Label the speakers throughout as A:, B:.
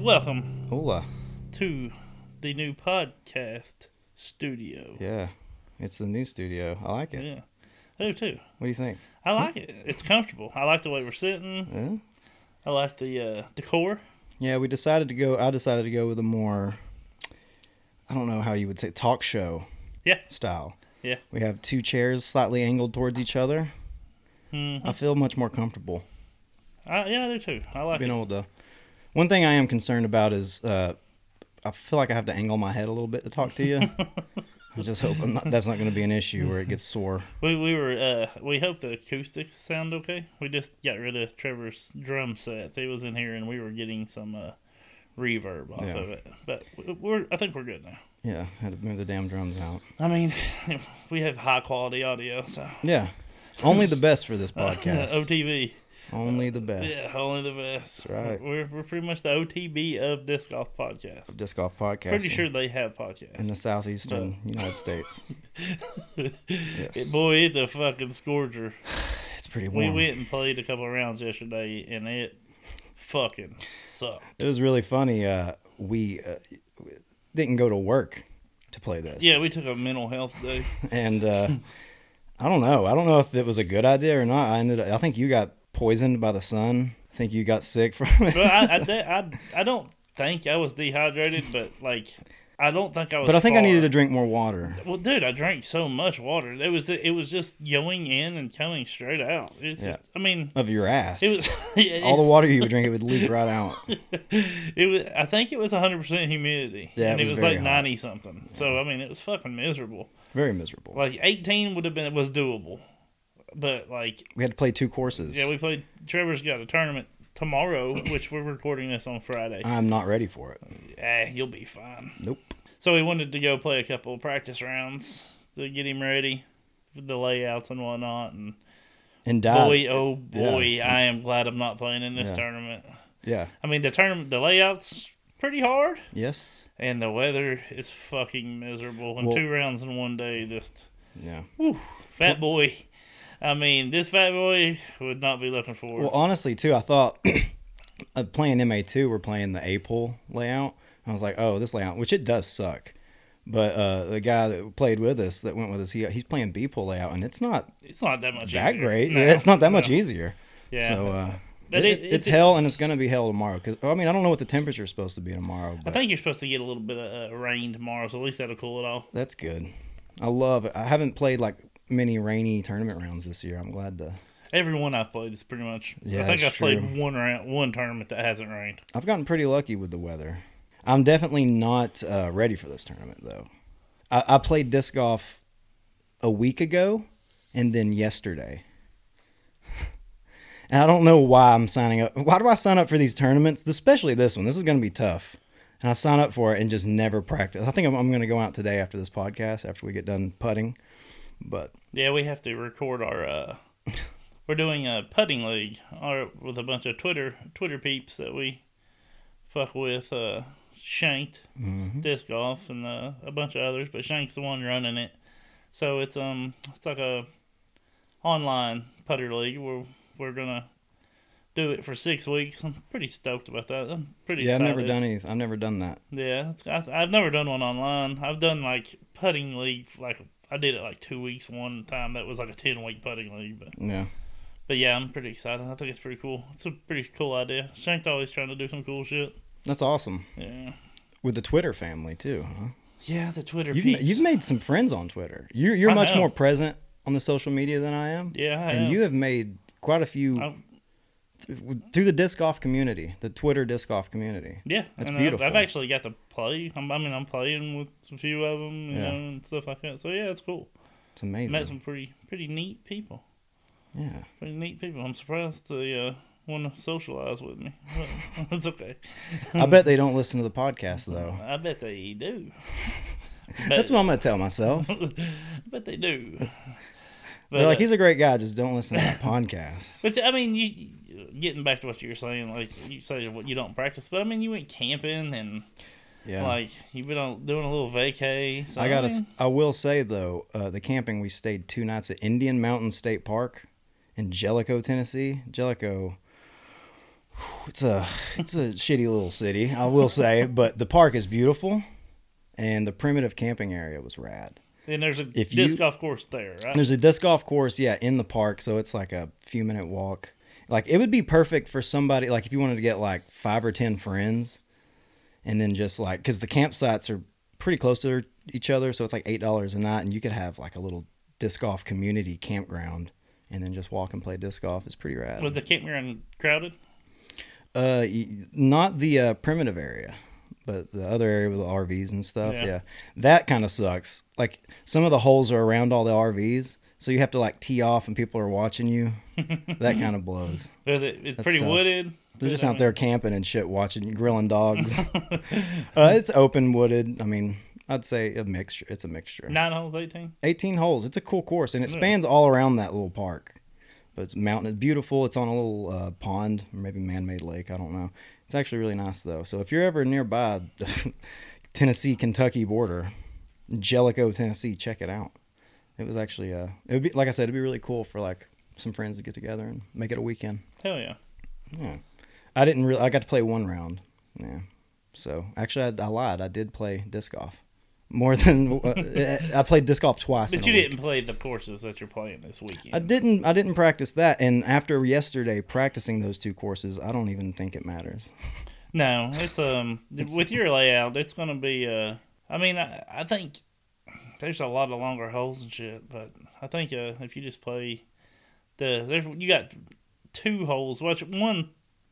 A: Welcome
B: Hola.
A: to the new podcast studio.
B: Yeah. It's the new studio. I like it.
A: Yeah. I do too.
B: What do you think?
A: I like it. It's comfortable. I like the way we're sitting.
B: Yeah?
A: I like the uh, decor.
B: Yeah, we decided to go I decided to go with a more I don't know how you would say talk show
A: Yeah.
B: style.
A: Yeah.
B: We have two chairs slightly angled towards each other.
A: Mm,
B: I feel much more comfortable.
A: I, yeah, I do too. I like
B: Being
A: it.
B: able to One thing I am concerned about is uh I feel like I have to angle my head a little bit to talk to you. I just hope I'm not, that's not going to be an issue where it gets sore.
A: We, we were uh, we hope the acoustics sound okay. We just got rid of Trevor's drum set. He was in here and we were getting some uh, reverb off
B: Yeah.
A: of it. But we- we're I think we're good now.
B: Yeah, I had to move the damn drums out.
A: I mean, we have high quality audio, so
B: Yeah. Only the best for this
A: uh,
B: podcast.
A: OTV.
B: Only the best.
A: Yeah, only the best.
B: That's right.
A: We're, we're pretty much the OTB of disc golf podcast.
B: disc golf podcast.
A: Pretty sure they have podcasts.
B: in the southeastern United States. yes,
A: It- boy, it's a fucking scorcher.
B: it's pretty
A: We
B: warm.
A: went and played a couple rounds yesterday, and it fucking sucked.
B: It was really funny. Uh, we uh, didn't go to work to play this.
A: Yeah, we took a mental health day.
B: and uh, I don't know. I don't know if it was a good idea or not. I ended. Up, I think you got poisoned by the sun. I think you got sick from it.
A: But I, I, de- I, I don't think I was dehydrated, but like, I don't think I was.
B: but I think I
A: far.
B: needed to drink more water.
A: Well, dude, I drank so much water. It was it was just going in and coming straight out. It's
B: Yeah.
A: just, I mean,
B: Of your ass.
A: it was yeah,
B: All the water you would drink, it would leak right out.
A: It was. I think it was 100 percent humidity.
B: Yeah, it
A: and it
B: was
A: was,
B: very
A: like
B: hot.
A: 90 something. So I mean, it was fucking miserable.
B: Very miserable.
A: Like 18 would have been was doable, but like
B: We had to play two courses.
A: yeah, we played. Trevor's got a tournament tomorrow, which we're recording this on Friday.
B: I'm not ready for it.
A: Ah, you'll be fine.
B: Nope.
A: So we wanted to go play a couple of practice rounds to get him ready, with the layouts and whatnot. And
B: And died.
A: boy, oh boy,
B: yeah.
A: I am glad I'm not playing in this
B: Yeah.
A: tournament.
B: Yeah.
A: I mean, the tournament, the layouts pretty hard.
B: Yes.
A: And the weather is fucking miserable. And
B: Well-
A: two rounds in one day, just
B: Yeah.
A: whew, fat boy. I mean, this fat boy would not be looking for.
B: Well, honestly, too, I thought uh, playing MA2, we're playing the A pool layout. I was like, oh, this layout, which it does suck. But uh, the guy that played with us, that went with us, he, he's playing B pool layout, and it's not
A: it's not that much.
B: that
A: easier.
B: great.
A: No,
B: Yeah, it's not that much
A: no.
B: easier.
A: Yeah.
B: So, uh,
A: But
B: but
A: it-
B: it's
A: it-
B: hell, and it's going to be hell tomorrow. Because I mean, I don't know what the temperature is supposed to be tomorrow,
A: I
B: but
A: think you're supposed to get a little bit of uh, rain tomorrow, so at least that'll cool it off.
B: that's good. I love it. I haven't played like many rainy tournament rounds this year. I'm glad to.
A: Everyone I've played is pretty much.
B: Yeah,
A: I think
B: that's
A: I've played
B: true.
A: one round, one tournament that hasn't rained.
B: I've gotten pretty lucky with the weather. I'm definitely not uh, ready for this tournament though. I, I played disc golf a week ago and then yesterday. and I don't know why I'm signing up. Why do I sign up for these tournaments, especially this one? This is going to be tough. And I sign up for it and just never practice. I think I'm, I'm going to go out today after this podcast, after we get done putting. But
A: Yeah, we have to record our. Uh, we're doing a putting league or with a bunch of Twitter Twitter peeps that we fuck with. Uh, Shanked,
B: mm-hmm.
A: disc golf, and uh, a bunch of others, but Shank's the one running it. So it's um it's like a online putter league where we're gonna do it for six weeks. I'm pretty stoked about that. I'm pretty
B: yeah, I've never
A: excited.
B: done anything. I've never done that.
A: Yeah, it's, I, I've never done one online. I've done like putting league. Like I did it like two weeks one time. That was like a ten week putting league. But
B: Yeah.
A: but yeah, I'm pretty excited. I think it's pretty cool. It's a pretty cool idea. Shank's always trying to do some cool shit.
B: That's awesome.
A: Yeah.
B: With the Twitter family too, huh?
A: Yeah, the Twitter
B: You've,
A: peeps.
B: you've made some friends on Twitter. You're, you're
A: I
B: much
A: know.
B: more present on the social media than I am.
A: Yeah, I
B: and
A: am.
B: you have made quite a few
A: I'm-
B: th- through the disc golf community, the Twitter disc golf community.
A: yeah,
B: That's
A: and
B: beautiful.
A: I've, I've actually got to play. I'm, I mean, I'm playing with a few of them, you
B: Yeah.
A: know, and stuff like that. So yeah, it's cool.
B: It's amazing.
A: Met some pretty pretty neat people.
B: yeah,
A: Pretty neat people. I'm surprised they uh, want to socialize with me. But it's okay.
B: I bet they don't listen to the podcast though.
A: I bet they do. Bet-
B: That's what I'm gonna tell myself.
A: I bet they do. But,
B: They're like,
A: uh,
B: he's a great guy, just don't listen to that podcast.
A: but I mean, you getting back to what you were saying, like you say what you don't practice, but I mean, you went camping and
B: Yeah.
A: like you've been on, doing a little vacay. So,
B: I gotta.
A: mean,
B: s- I will say though, uh, the camping we stayed two nights at Indian Mountain State Park in Jellicoe, Tennessee. Jellicoe It's a it's a shitty little city, I will say, but the park is beautiful, and the primitive camping area was rad.
A: And there's a
B: If
A: disc
B: you-
A: golf course there, right?
B: There's a disc golf course, yeah, in the park, so it's like a few minute walk. Like it would be perfect for somebody like if you wanted to get like five or ten friends, and then just like because the campsites are pretty close to each other, so it's like eight dollars a night, and you could have like a little disc golf community campground, and then just walk and play disc golf. It's pretty rad.
A: Was the campground crowded?
B: Uh, y- not the uh, primitive area, but the other area with the RVs and stuff.
A: Yeah.
B: Yeah, that kind of sucks. Like some of the holes are around all the RVs, so you have to like tee off and people are watching you. that kind of blows.
A: Was it, it's
B: That's
A: pretty
B: tough.
A: wooded.
B: They're just out there camping and shit, watching grilling dogs. uh, it's open wooded. I mean, I'd say a mixture. It's a mixture.
A: Nine holes, 18.
B: 18 holes. It's a cool course, and it spans all around that little park. But it's mountain, it's beautiful. It's on a little uh, pond, or maybe man-made lake. I don't know. It's actually really nice though. So if you're ever nearby the Tennessee-Kentucky border, Jellicoe, Tennessee, check it out. It was actually uh, it would be like I said, it'd be really cool for like some friends to get together and make it a weekend.
A: Hell yeah.
B: I didn't really. I got to play one round. Yeah. So actually, I, I lied. I did play disc golf more than uh, I played disc golf twice. in
A: But
B: a
A: you
B: week.
A: didn't play the courses that you're playing this weekend.
B: I didn't I didn't practice that and after yesterday practicing those two courses, I don't even think it matters.
A: No, it's um with your layout, it's gonna be uh. I mean, I, I think there's a lot of longer holes and shit, but I think uh, if you just play the there's you got two holes, which one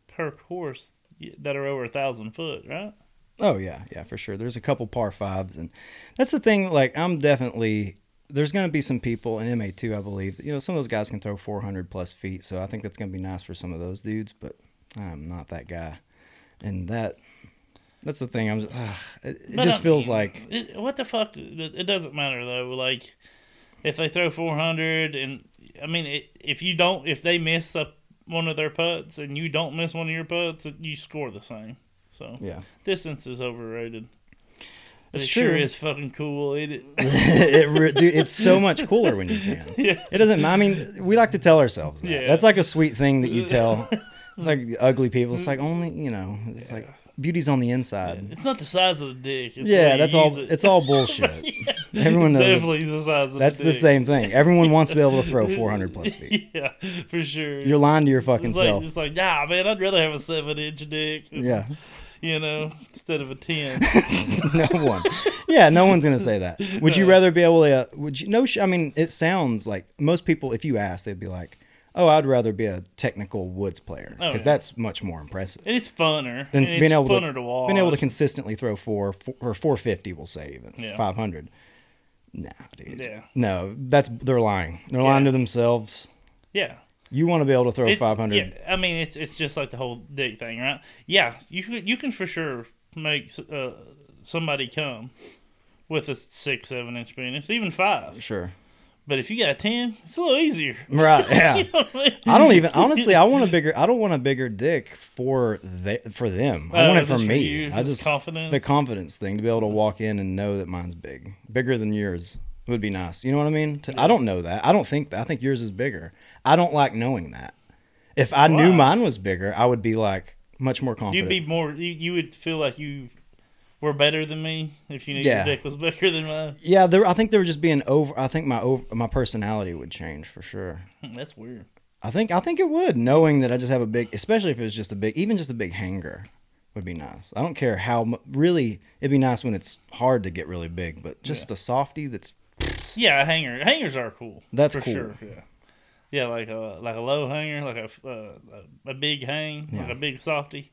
A: per course that are over a thousand foot, right?
B: Oh yeah, yeah, for sure. There's a couple par fives and that's the thing like I'm definitely there's going to be some people in MA2 I believe. You know, some of those guys can throw 400 plus feet, so I think that's going to be nice for some of those dudes, but I'm not that guy. And that that's the thing. I'm just, ah, it, it
A: But,
B: just
A: I
B: feels
A: mean,
B: like
A: it- what the fuck. It it doesn't matter though. Like if they throw four hundred, and I mean, it, if you don't, if they miss up one of their putts and you don't miss one of your putts, you score the same. So
B: yeah.
A: distance is overrated. But
B: It's
A: it sure
B: true.
A: is fucking cool. ain't It,
B: it re- dude, it's so much cooler when you can.
A: Yeah.
B: It doesn't. I mean, we like to tell ourselves that.
A: Yeah.
B: That's like a sweet thing that you tell. It's like the ugly people. It's like
A: Mm-hmm.
B: only you know. It's like beauty's on the inside.
A: it's not the size of the dick. It's the way
B: Yeah,
A: you
B: that's all.
A: use it.
B: It's all bullshit. Everyone knows.
A: Definitely the size of
B: That's
A: the
B: the
A: dick.
B: same thing. Everyone wants to be able to throw 400 plus feet.
A: Yeah, for sure.
B: You're lying to your fucking
A: it's like,
B: self.
A: it's like, nah, man, I'd rather have a seven inch dick.
B: Yeah.
A: You know, instead of a 10.
B: no one. Yeah, no one's gonna say that. Would you rather be able to? Uh, would you? No, sh- I mean, it sounds like most people. If you ask, they'd be like, "Oh, I'd rather be a technical woods player
A: Oh,
B: because
A: yeah.
B: that's much more impressive
A: And it's funner.
B: than
A: and it's
B: being able
A: funner to,
B: to
A: watch.
B: being able to consistently throw four, four or four fifty. We'll say even
A: Yeah.
B: five hundred. Nah, dude.
A: Yeah.
B: No, that's they're lying. They're lying
A: Yeah.
B: to themselves.
A: Yeah.
B: You want to be able to throw
A: It's-
B: five hundred.
A: Yeah, I mean, it's it's just like the whole dick thing, right? Yeah, you can- you can for sure make uh, somebody come with a six, seven inch penis, even five.
B: Sure.
A: But if you got a ten, it's a little easier. Uh,
B: Right. Yeah.
A: You know what I mean?
B: I don't even honestly. I want a bigger. I don't want a bigger dick for they, for them. I
A: Uh,
B: want it for
A: just
B: me.
A: you,
B: I
A: just
B: just
A: confidence.
B: the confidence thing to be able to walk in and know that mine's big, bigger than yours would be nice. You know what I mean? To, I don't know that. I don't think that. I think yours is bigger. I don't like knowing that. If I knew
A: Why?
B: mine was bigger, I would be like much more
A: You'd
B: confident.
A: be more. You, you would feel like you were better than me if you knew
B: Yeah.
A: your dick was bigger than mine.
B: yeah, there, I think there would just be an over. I think my over, my personality would change for sure.
A: That's weird.
B: I think I think it would knowing that I just have a big, especially if it was just a big, even just a big hanger would be nice. I don't care how mu- really it'd be nice when it's hard to get really big, but just a softy that's
A: Yeah, a hanger. Hangers are cool.
B: That's
A: for
B: cool.
A: sure. Yeah. Yeah, like a like a low hanger, like a f- uh, a big hang, like
B: Yeah.
A: a big softy.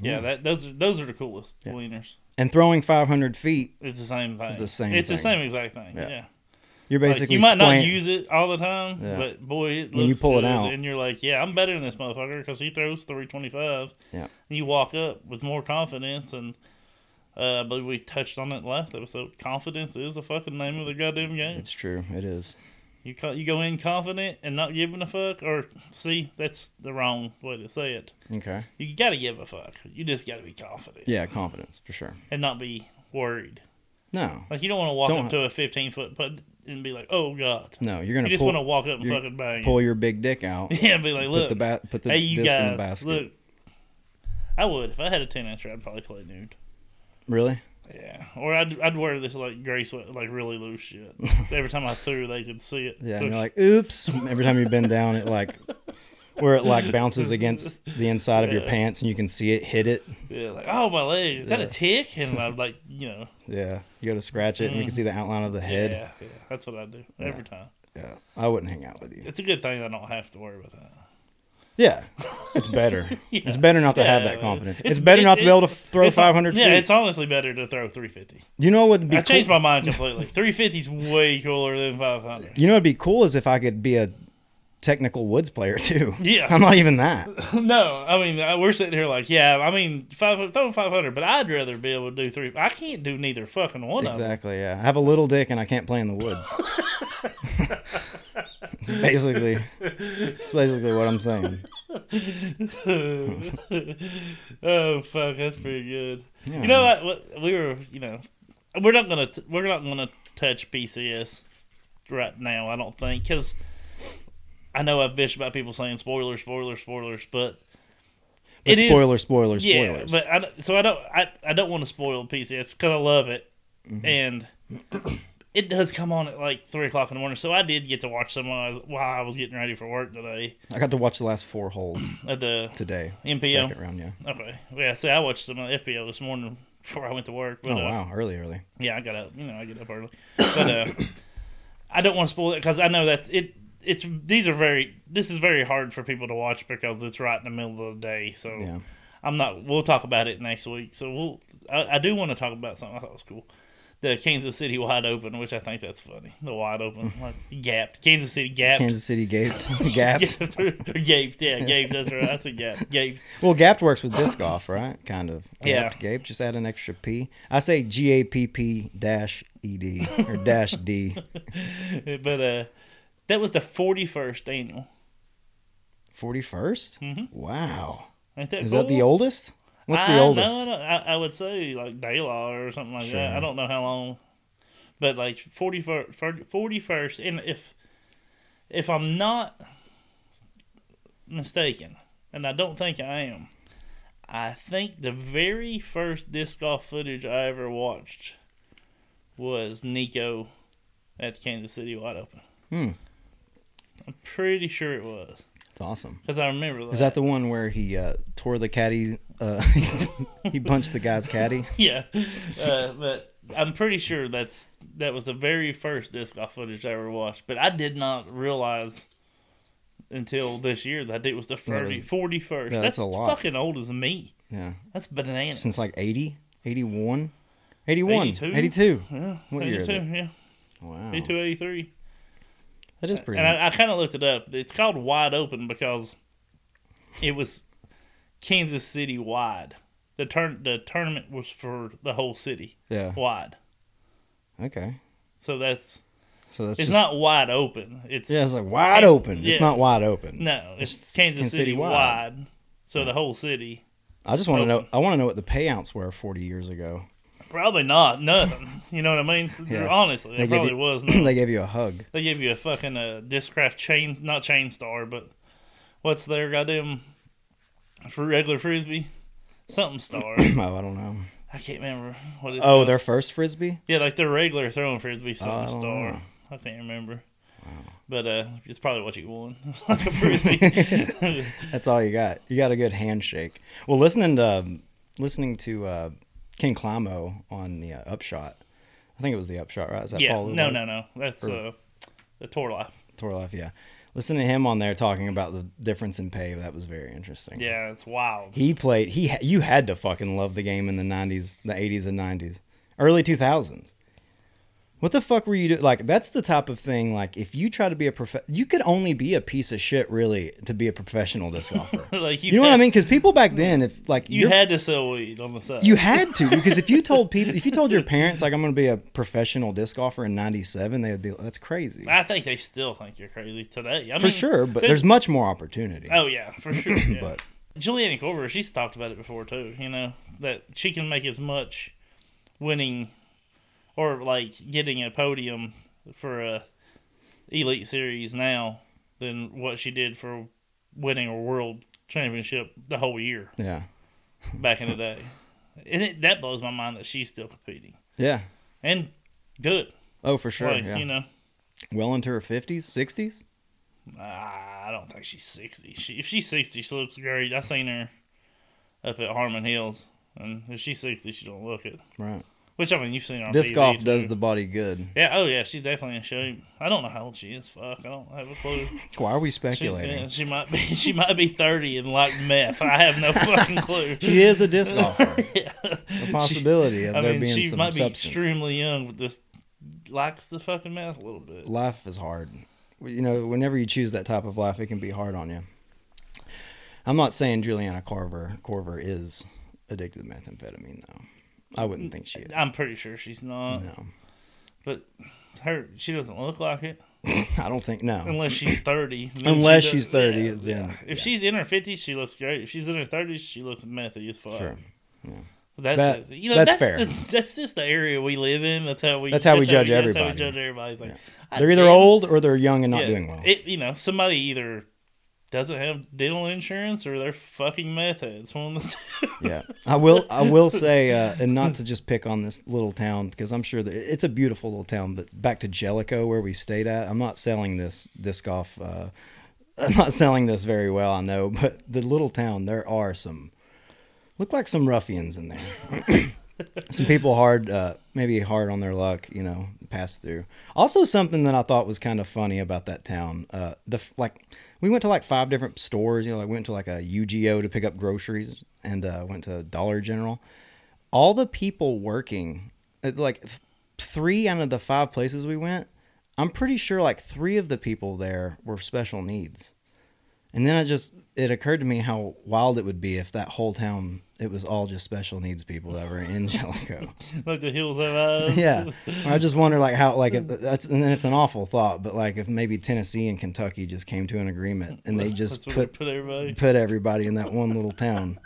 A: Yeah, that those are those are the coolest
B: Yeah.
A: wieners.
B: and throwing 500 feet
A: It's the same thing. It's
B: the same
A: It's the
B: thing.
A: same exact thing. Yeah.
B: Yeah. You're
A: Like,
B: basically
A: you might not
B: squint-
A: use it all the time,
B: Yeah.
A: but boy, it
B: When you
A: looks
B: pull it
A: good,
B: out.
A: and you're like, yeah, I'm better than this motherfucker because he throws 325.
B: Yeah.
A: And you walk up with more confidence, and uh, I believe we touched on it last episode. Confidence is the fucking name of the goddamn game.
B: It's true. It is.
A: You co- you go in confident and not giving a fuck, or see, that's the wrong way to say it.
B: Okay.
A: You gotta give a fuck. You just gotta be confident
B: Yeah, confidence for sure.
A: and not be worried.
B: No,
A: Like you don't want to walk
B: Don't-
A: up to a 15 foot putt and be like, oh god.
B: no, you're gonna
A: You just
B: pull,
A: want to walk up and
B: you
A: fucking bang. it.
B: pull your big dick out.
A: Yeah, be like,
B: put
A: look,
B: the ba- put the
A: hey, you
B: disc in the
A: guys,
B: basket.
A: look, I would. If I had a ten incher, I'd probably play nude.
B: Really?
A: Yeah, or I'd, I'd wear this like gray sweat, like really loose shit. Every time I threw, they could see it.
B: Yeah. And you're like, oops. Every time you bend down, it like where it like bounces against the inside of your
A: Yeah.
B: pants, and you can see it hit it.
A: yeah, like oh my leg, is that
B: Yeah.
A: a tick? And I'd like, you know,
B: Yeah. You go to scratch it, and you can see the outline of the head.
A: Mm. yeah, yeah, that's what I do every time.
B: yeah. I wouldn't hang out with you.
A: It's a good thing I don't have to worry about that.
B: Yeah, it's better.
A: Yeah.
B: It's better not to have
A: Yeah,
B: that confidence. It's,
A: it's-
B: better
A: it-
B: not to be
A: it-
B: able to f- throw
A: It's-
B: 500
A: Yeah,
B: feet.
A: it's honestly better to throw 350.
B: you know what would be
A: I changed
B: cool?
A: my mind completely. 350 is way cooler than 500.
B: You know what'd be cool is if I could be a technical woods player too.
A: Yeah.
B: I'm not even that.
A: no, I mean I- we're sitting here like, yeah, I mean 500, throw 500, but I'd rather be able to do three. I can't do neither fucking one of them.
B: Exactly. Yeah, I have a little dick and I can't play in the woods. it's basically, it's basically what I'm saying.
A: oh fuck, that's pretty good.
B: Yeah.
A: You know what? what? We were, you know, we're not gonna t- we're not gonna touch PCS right now. I don't think because I know I've bitched about people saying spoilers, spoilers, spoilers, but
B: But
A: it is-
B: spoiler, spoiler,
A: yeah.
B: spoilers.
A: But I don't- so I don't I, I don't want to spoil PCS because I love it
B: Mm-hmm.
A: and. It does come on at like three o'clock in the morning, so I did get to watch some while I was- while I was getting ready for work today
B: I got to watch the last four holes
A: at the
B: today.
A: NPO.
B: Second round, yeah.
A: Okay. Yeah, see, I watched some of the FBO this morning before I went to work. But,
B: Oh
A: uh,
B: wow, early, early.
A: yeah, I got up. You know, I get up early. But uh, I don't want to spoil it because I know that it. It's these are very. This is very hard for people to watch because it's right in the middle of the day. So
B: Yeah.
A: I'm not. We'll talk about it next week. So we'll. I, I do want to talk about something I thought was cool. The Kansas City wide open, which I think that's funny. The wide open, like gapped. Kansas City gapped.
B: Kansas City gaped, gapped.
A: gaped. Yeah, gaped. That's right. I said gapped. Gaped.
B: Well, gapped works with disc golf, right? Kind of. Gapped,
A: Yeah.
B: Gape. Just add an extra P. I say G A P P dash E D or dash D.
A: but uh, that was the forty first annual.
B: Forty first.
A: Mhm.
B: Wow.
A: Ain't that
B: Is
A: cool?
B: that the oldest? What's the
A: I
B: oldest?
A: Know, I, don't- I, I would say like Daylaw or something like that.
B: Sure.
A: I don't know how long, but like 41st, 41st and if if I'm not mistaken, and I don't think I am, I think the very first disc golf footage I ever watched was Nico at the Kansas City Wide Open.
B: Hmm.
A: I'm pretty sure it was
B: It's awesome.
A: because I remember that.
B: Is that the one where he uh, tore the caddy? Uh, he punched the guy's caddy.
A: yeah, uh, but I'm pretty sure that's that was the very first disc golf footage I ever watched. But I did not realize until this year that it was the 30,
B: is-
A: 41st.
B: yeah,
A: that's
B: that's a lot.
A: fucking old as me.
B: Yeah.
A: That's bananas.
B: Since like 80, 81, 81,
A: 82?
B: 82.
A: yeah,
B: what year is
A: 82,
B: it?
A: yeah,
B: Wow.
A: 82, 83.
B: That is pretty.
A: And I, I kind of looked it up. It's called Wide Open because it was Kansas City wide. The turn the tournament was for the whole city
B: yeah.
A: wide.
B: Okay.
A: So that's
B: So that's
A: it's
B: just,
A: not wide open. It's
B: Yeah, it's like wide
A: It-
B: open.
A: yeah.
B: It's not wide open.
A: no, it's,
B: it's
A: Kansas,
B: Kansas
A: City,
B: City
A: wide.
B: wide.
A: So the whole city,
B: I just want to
A: Open.
B: know. I want to know what the payouts were 40 years ago.
A: probably not nothing. you know what I mean?
B: Yeah.
A: Honestly, there
B: They give
A: probably
B: you-
A: was. Nothing.
B: they gave you a hug.
A: they give you a fucking uh, discraft chain, not chain star, but what's their goddamn for regular frisbee? Something star.
B: Oh, I don't know.
A: I can't remember what it's
B: Oh,
A: called.
B: their first frisbee.
A: yeah, like their regular throwing frisbee,
B: I
A: something
B: don't
A: star.
B: know.
A: I can't remember. But uh, it's probably what you won. It's like a frisbee.
B: That's all you got. You got a good handshake. Well, listening to um, listening to uh, Ken Climo on the uh, Upshot. I think it was the Upshot, right? Is that
A: yeah,
B: Paul?
A: no,
B: Lubart?
A: no, no. That's uh, the tour life.
B: Torloff, yeah. Listen to him on there talking about the difference in pay. That was very interesting.
A: Yeah, it's wild.
B: He played. He ha- you had to fucking love the game in the '90s, the '80s and '90s, early 2000s. What the fuck were you doing? Like that's the type of thing. Like if you try to be a prof, you could only be a piece of shit really to be a professional disc golfer.
A: like you,
B: you know
A: had,
B: what I mean? Because people back then, if like
A: You
B: you're-
A: had to sell weed on the side.
B: you had to because if you told people, if you told your parents like I'm going to be a professional disc golfer in '97, they would be like, that's crazy
A: I think they still think you're crazy today. I
B: for
A: mean,
B: sure. But
A: they-
B: there's much more opportunity.
A: oh yeah, for sure. Yeah.
B: But
A: Juliana Corver, she's talked about it before too. You know that she can make as much winning or like getting a podium for a elite series now than what she did for winning a world championship the whole year.
B: yeah,
A: back in the day, and it, that blows my mind that she's still competing
B: Yeah.
A: and good.
B: Oh, for sure.
A: like
B: yeah.
A: you know,
B: well into her 50s, 60s?
A: I don't think she's sixty. She, if she's sixty, she looks great. I seen her up at Harmon Hills, and if she's sixty, she don't look it.
B: Right.
A: Which I mean, you've seen her. on
B: Disc
A: TV,
B: golf
A: too.
B: does the body good.
A: Yeah. Oh yeah, she's definitely in shape. I don't know how old she is. Fuck, I don't have a clue.
B: Why are we
A: She, yeah,
B: speculating?
A: she might be. She might be thirty and like meth. I have no fucking clue.
B: She is a disc golfer.
A: Yeah.
B: The possibility of
A: I
B: there
A: mean,
B: being
A: she
B: some
A: might be
B: substance.
A: extremely young, but just likes the fucking meth a little bit.
B: life is hard. You know, whenever you choose that type of life, it can be hard on you. I'm not saying Juliana Carver Corver is addicted to methamphetamine though. I wouldn't think she is.
A: I'm pretty sure she's not.
B: No.
A: But her, she doesn't look like it
B: I don't think no.
A: unless she's thirty. Then
B: Unless
A: she does-
B: she's 30,
A: yeah,
B: then-
A: yeah. if
B: yeah.
A: she's in her fifties, she looks great. If she's in her thirties, she looks methy as fuck.
B: Sure.
A: That's
B: That-
A: you know
B: that's
A: that's
B: fair.
A: the- that's just the area we live in. That's how we.
B: That's how we judge
A: That's how we
B: everybody.
A: judge everybody. It's like, I
B: They're either
A: damn-
B: old or they're young and not
A: yeah,
B: doing well.
A: It, you know, somebody either doesn't have dental insurance or they're fucking meth heads. One of the two.
B: yeah. I will I will say uh, and not to just pick on this little town because I'm sure that it's a beautiful little town, but back to Jellicoe where we stayed at. I'm not selling this disc golf uh, I'm not selling this very well, I know, but the little town there are some look like some ruffians in there. some people hard, uh, maybe hard on their luck, you know, pass through. Also, something that I thought was kind of funny about that town, uh, the f- like, we went to like five different stores. You know, like went to like a UGO to pick up groceries, and uh, went to Dollar General. All the people working, it's like th- three out of the five places we went. I'm pretty sure like three of the people there were special needs. And then I just it occurred to me how wild it would be if that whole town it was all just special needs people that were in Jellicoe.
A: like the hills have eyes.
B: yeah, I just wonder like how like if that's and then it's an awful thought, but like if maybe Tennessee and Kentucky just came to an agreement and they just
A: That's where they
B: put
A: put everybody.
B: put everybody in that one little town.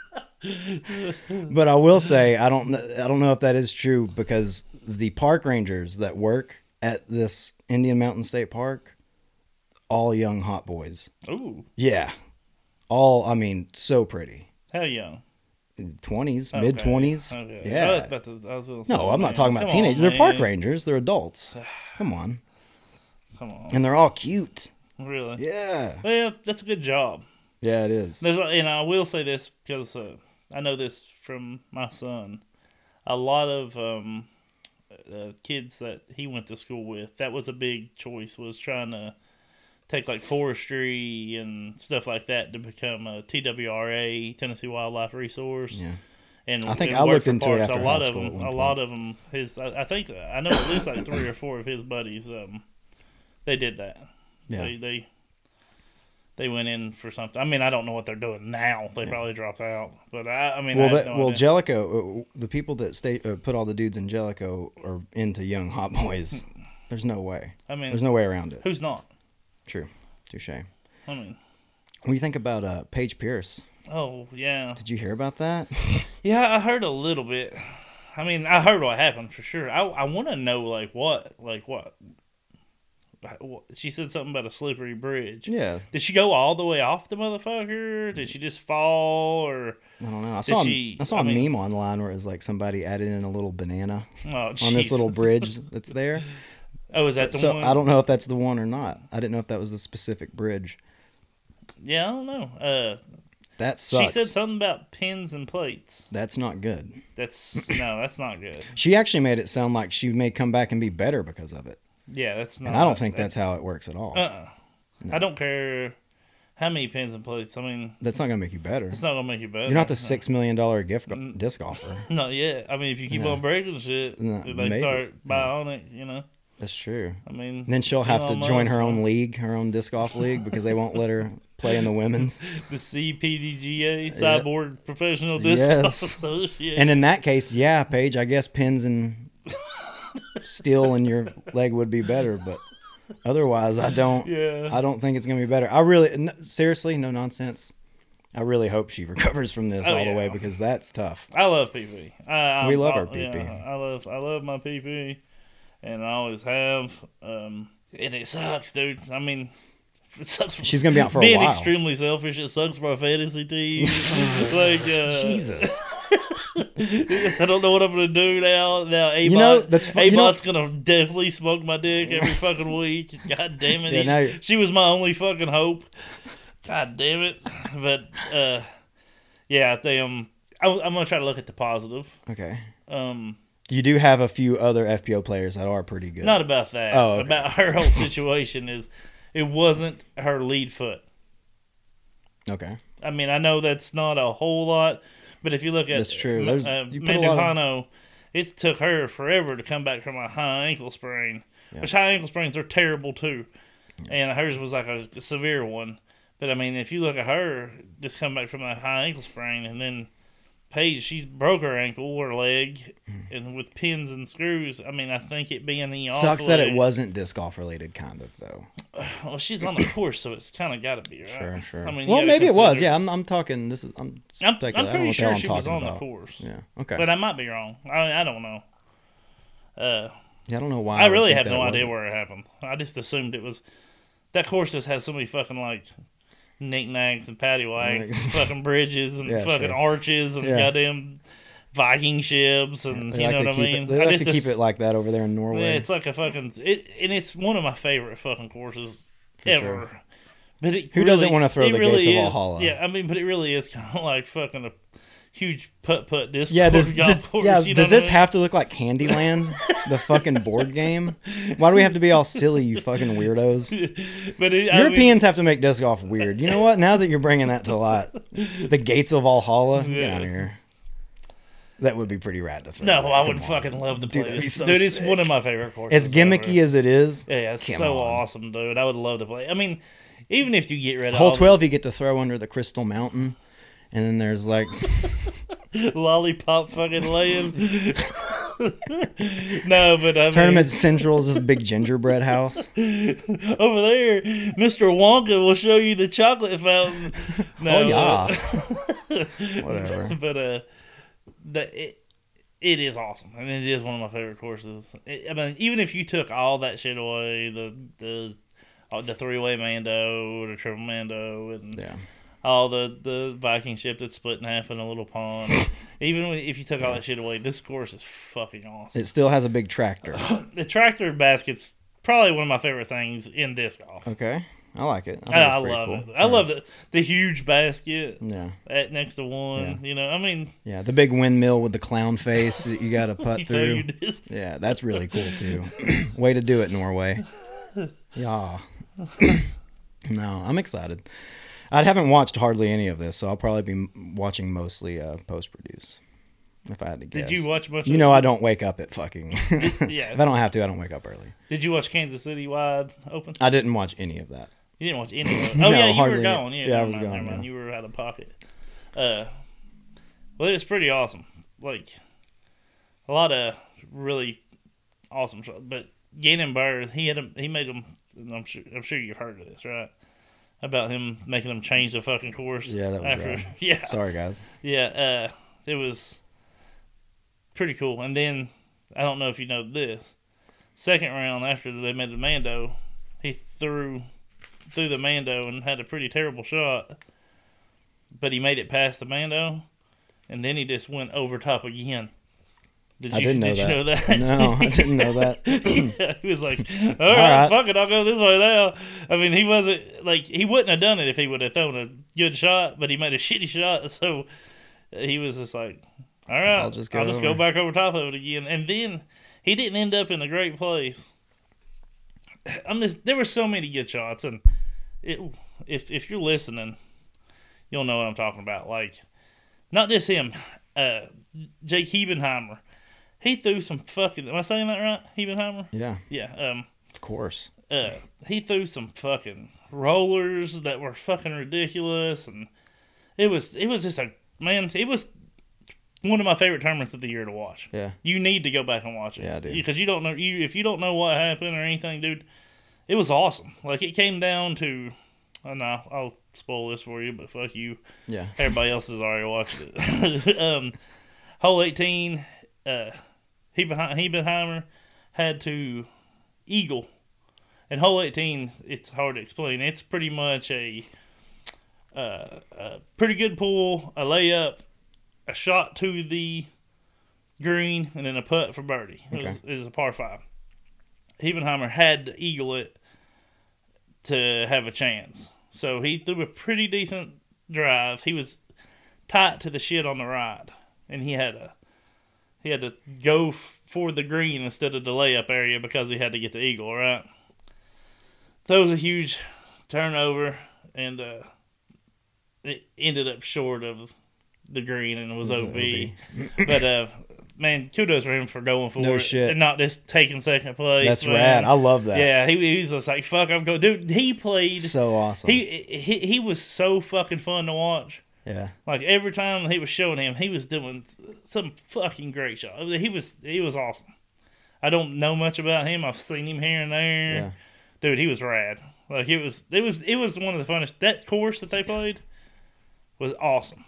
B: but I will say I don't kn- I don't know if that is true because the park rangers that work at this Indian Mountain State Park, all young hot boys.
A: Ooh,
B: Yeah. All I mean, so pretty.
A: how young?
B: Twenties,
A: Okay,
B: mid twenties.
A: okay. Oh, I was
B: Yeah.
A: about to, I was gonna say,
B: No, I'm
A: man,
B: not talking about
A: come on,
B: teenagers. They're park
A: man.
B: rangers. They're adults. Come on.
A: Come on,
B: And they're all cute.
A: really?
B: Yeah.
A: Well, that's a good job.
B: Yeah, it is.
A: There's, a- and I will say this because uh, I know this from my son. A lot of um, uh, kids that he went to school with, that was a big choice, was trying to take like forestry and stuff like that to become a TWRA, Tennessee Wildlife Resource.
B: Yeah.
A: And
B: I think
A: and
B: I
A: work
B: looked
A: for
B: into it
A: parks.
B: after
A: a lot
B: high
A: of
B: school at
A: them.
B: one
A: A
B: point.
A: lot of them. His, I, I think I know at least like three or four of his buddies. Um, they did that.
B: Yeah.
A: They, they they went in for something. I mean, I don't know what they're doing now. They probably dropped out. But I, I mean, I
B: Well,
A: have
B: that,
A: no
B: well,
A: idea.
B: Jellicoe, uh, the people that stay uh, put all the dudes in Jellicoe are into young hot boys. There's no way.
A: I mean,
B: There's no way around it.
A: who's not?
B: True. Touche. What
A: I mean,
B: do you think about uh, Paige Pierce?
A: oh yeah,
B: Did you hear about that?
A: yeah. I heard a little bit. I mean, I heard what happened for sure. I I want to know like what like what. what- She said something about a slippery bridge.
B: yeah.
A: Did she go all the way off the motherfucker? Did she just fall or?
B: I don't know. I saw a-
A: she-
B: I saw
A: I
B: a
A: mean-
B: meme online where it was like somebody added in a little banana
A: Oh,
B: on this little
A: Jesus.
B: bridge that's there.
A: Oh, is that the
B: so
A: one?
B: I don't know if that's the one or not. I didn't know if that was the specific bridge.
A: yeah, I don't know. Uh,
B: That sucks.
A: She said something about pins and plates.
B: that's not good.
A: That's no, that's not good.
B: She actually made it sound like she may come back and be better because of it.
A: Yeah, Oh, that's not.
B: And I don't think that's how it works at all.
A: Uh. uh I don't care how many pins and plates. I mean,
B: That's not going to make you better.
A: it's not Mm. gonna make you better.
B: You're not the
A: No.
B: six million dollar gift go- disc golfer.
A: Not yet. I mean, if you keep
B: No.
A: on breaking shit,
B: No,
A: they
B: maybe.
A: start bionic. You know,
B: That's true.
A: I mean.
B: And then she'll have to
A: Elon
B: join
A: Musk,
B: her own
A: huh?
B: league, her own disc golf league, because they won't let her play in the women's.
A: the CPDGA Cyborg Professional Disc Golf
B: Yes.
A: Association.
B: And in that case, yeah, Paige, I guess pins and steel in your leg would be better, but otherwise, I don't.
A: Yeah.
B: I don't think it's gonna be better. I really, n- seriously, no nonsense. I really hope she recovers from this
A: Oh,
B: all the way
A: yeah.
B: because that's tough.
A: I love PP. I, I,
B: We love our
A: I- yeah,
B: PP.
A: I love I love my PP, and I always have. Um, and it sucks, dude. I mean, It sucks for
B: She's gonna be out for a
A: being
B: while.
A: extremely selfish. It sucks for our fantasy team. like uh,
B: Jesus.
A: I don't know what I'm gonna do now. Now Abot,
B: know, that's fu- you know-
A: Abot's gonna definitely smoke my dick every fucking week. God damn it!
B: Yeah,
A: He-
B: no.
A: she was my only fucking hope. God damn it! But uh, yeah, I think I'm. I- I'm gonna try to look at the positive.
B: Okay.
A: Um,
B: You do have a few other FPO players that are pretty good.
A: not about that.
B: Oh, okay.
A: About her whole situation is, it wasn't her lead foot.
B: Okay.
A: I mean, I know that's not a whole lot, but if you look at
B: That's true.
A: uh,
B: There's-
A: uh,
B: you put a lot of-
A: Mandujano, it took her forever to come back from a high ankle sprain,
B: Yeah.
A: which high ankle sprains are terrible too, and hers was like a severe one. But I mean, if you look at her, just come back from a high ankle sprain, and then Paige, she broke her ankle or leg,
B: Mm.
A: and with pins and screws. I mean, I think it being the off
B: Sucks that it
A: leg-
B: wasn't disc golf related, kind of though.
A: Well, she's on the course, so it's kind of got to be right.
B: Sure, sure.
A: I mean, you
B: well,
A: gotta
B: maybe it was.
A: consider-
B: Yeah, I'm, I'm talking. This is I'm.
A: I'm,
B: speculating.
A: I'm
B: I don't know
A: pretty
B: what the hell
A: sure
B: I'm
A: she was
B: talking
A: on
B: about.
A: the course.
B: Yeah. Okay.
A: But I might be wrong. I, I don't know. Uh,
B: yeah, I don't know why.
A: I,
B: would
A: really
B: think
A: have
B: that
A: no
B: it
A: idea
B: wasn't.
A: where it happened. I just assumed it was that course just has so many fucking like knickknacks and paddywhacks, and
B: Like-
A: fucking bridges and
B: Yeah,
A: fucking
B: sure.
A: arches and
B: Yeah.
A: goddamn Viking ships and
B: They
A: you
B: like
A: know
B: to
A: what I
B: keep
A: mean.
B: it. They
A: I
B: like
A: just
B: to keep
A: as-
B: it like that over there in Norway.
A: yeah, it's like a fucking it, and it's one of my favorite fucking courses
B: For
A: ever.
B: sure.
A: But it
B: Who doesn't
A: really-
B: wanna throw
A: it
B: the gates
A: really
B: of
A: is-
B: Valhalla?
A: Yeah, I mean, but it really is kind of like fucking a huge putt putt disc.
B: Yeah, does,
A: golf
B: does-
A: course,
B: yeah,
A: you know
B: does
A: what I
B: this
A: mean?
B: have to look like Candyland, the fucking board game? Why do we have to be all silly, you fucking weirdos?
A: but it, I mean,
B: Europeans have to make disc golf weird. You know what? Now that you're bringing that to light, the gates of Valhalla, get
A: Yeah.
B: out of here. That would be pretty rad to throw.
A: No,
B: that.
A: I
B: Come
A: would
B: on.
A: fucking love to play
B: Dude, that'd be
A: this.
B: so
A: dude, it's
B: sick.
A: one of my favorite courses.
B: As gimmicky
A: ever.
B: as it is,
A: Yeah, it's
B: Come
A: so
B: on.
A: awesome, dude. I would love to play. I mean, even if you get rid of
B: hole
A: all
B: twelve you get to throw under the Crystal Mountain, and then there's like,
A: the lollipop fucking laying. no, but I mean,
B: Tournament Central is this big gingerbread house.
A: over there, Mr. Wonka will show you the chocolate fountain. No,
B: oh
A: uh,
B: yeah, whatever.
A: but uh, the it it is awesome, and it is one of my favorite courses. It, I mean, even if you took all that shit away, the the all the three way Mando, the triple Mando, and
B: Yeah,
A: all the the Viking ship that's split in half in a little pond, even if you took all that shit away, this course is fucking awesome.
B: it still has a big tractor.
A: the tractor basket's probably one of my favorite things in disc golf.
B: Okay, I like it. think
A: I,
B: it's
A: I
B: pretty
A: love
B: cool.
A: it. I love the the huge basket
B: Yeah,
A: at next to one. You know, I mean,
B: yeah, the big windmill with the clown face that you got to
A: you
B: putt
A: throw your
B: through.
A: disc
B: Yeah, that's really cool too. Way to do it, Norway. Yeah. no, I'm excited. I haven't watched hardly any of this, so I'll probably be m- watching mostly uh, post produce. If I had to guess,
A: Did you watch much?
B: You
A: of,
B: know, I don't wake up at fucking.
A: Yeah.
B: If I don't have to, I don't wake up early.
A: Did you watch Kansas City Wide Open?
B: I didn't watch any of that.
A: You didn't watch any. Of it. Oh
B: No,
A: yeah, you were
B: hardly.
A: gone. Yeah,
B: Yeah, I
A: never
B: was
A: mind,
B: gone,
A: never mind.
B: yeah.
A: You were out of pocket. Uh, well, it's pretty awesome. Like a lot of really awesome shots. But Gannon Burr, he had him. He made him. and I'm sure. I'm sure you heard of this, right? About him making them change the fucking course.
B: Yeah, that was right.
A: Yeah.
B: Sorry, guys.
A: Yeah, uh, it was pretty cool. And then I don't know if you know this. Second round after they made the Mando, he threw threw the Mando and had a pretty terrible shot, but he made it past the Mando, and then he just went over top again. Did
B: I didn't know
A: did
B: that.
A: you know that?
B: No, I didn't know that.
A: yeah, he was like, all
B: All
A: right,
B: right.
A: fuck it, I'll go this way now. I mean, he wasn't like he wouldn't have done it if he would have thrown a good shot, but he made a shitty shot, so he was just like, all right, I'll just go,
B: over."
A: back over top of it again. And then he didn't end up in a great place. I'm just there were so many good shots, and it, if if you're listening, you'll know what I'm talking about. Like, not just him, uh, Jake Hebenheimer. He threw some fucking. Am I saying that right? Hebenheimer.
B: Yeah,
A: Yeah. Um.
B: of course.
A: Uh. He threw some fucking rollers that were fucking ridiculous, and it was it was just a man. It was one of my favorite tournaments of the year to watch.
B: Yeah.
A: You need to go back and watch it.
B: Yeah, I do.
A: Because you don't know you if you don't know what happened or anything, dude. It was awesome. Like it came down to. Oh no, I'll spoil this for you, but fuck you.
B: Yeah.
A: Everybody else has already watched it. um, hole 18, uh, Hebenheimer had to eagle and hole 18 it's hard to explain it's pretty much a, uh, a pretty good pull a layup a shot to the green and then a putt for birdie It
B: Okay.
A: was- it was a par five Hebenheimer had to eagle it to have a chance so he threw a pretty decent drive he was tight to the shit on the right and he had a he had to go f- for the green instead of the layup area because he had to get the eagle right that was a huge turnover and uh, it ended up short of the green and it was,
B: It was
A: OB.
B: an
A: but uh, man, kudos for him for going for
B: No
A: it
B: shit.
A: and not just taking second place.
B: That's
A: man.
B: rad. I love that.
A: yeah, he, he was just like, "Fuck, I'm going." Dude, he played.
B: So awesome.
A: he, he he was so fucking fun to watch.
B: yeah.
A: Like every time he was showing him, he was doing some fucking great shot. I mean, He was he was awesome. I don't know much about him. I've seen him here and there.
B: Yeah.
A: Dude, he was rad. Like it was it was it was one of the funnest. That course that they played was awesome.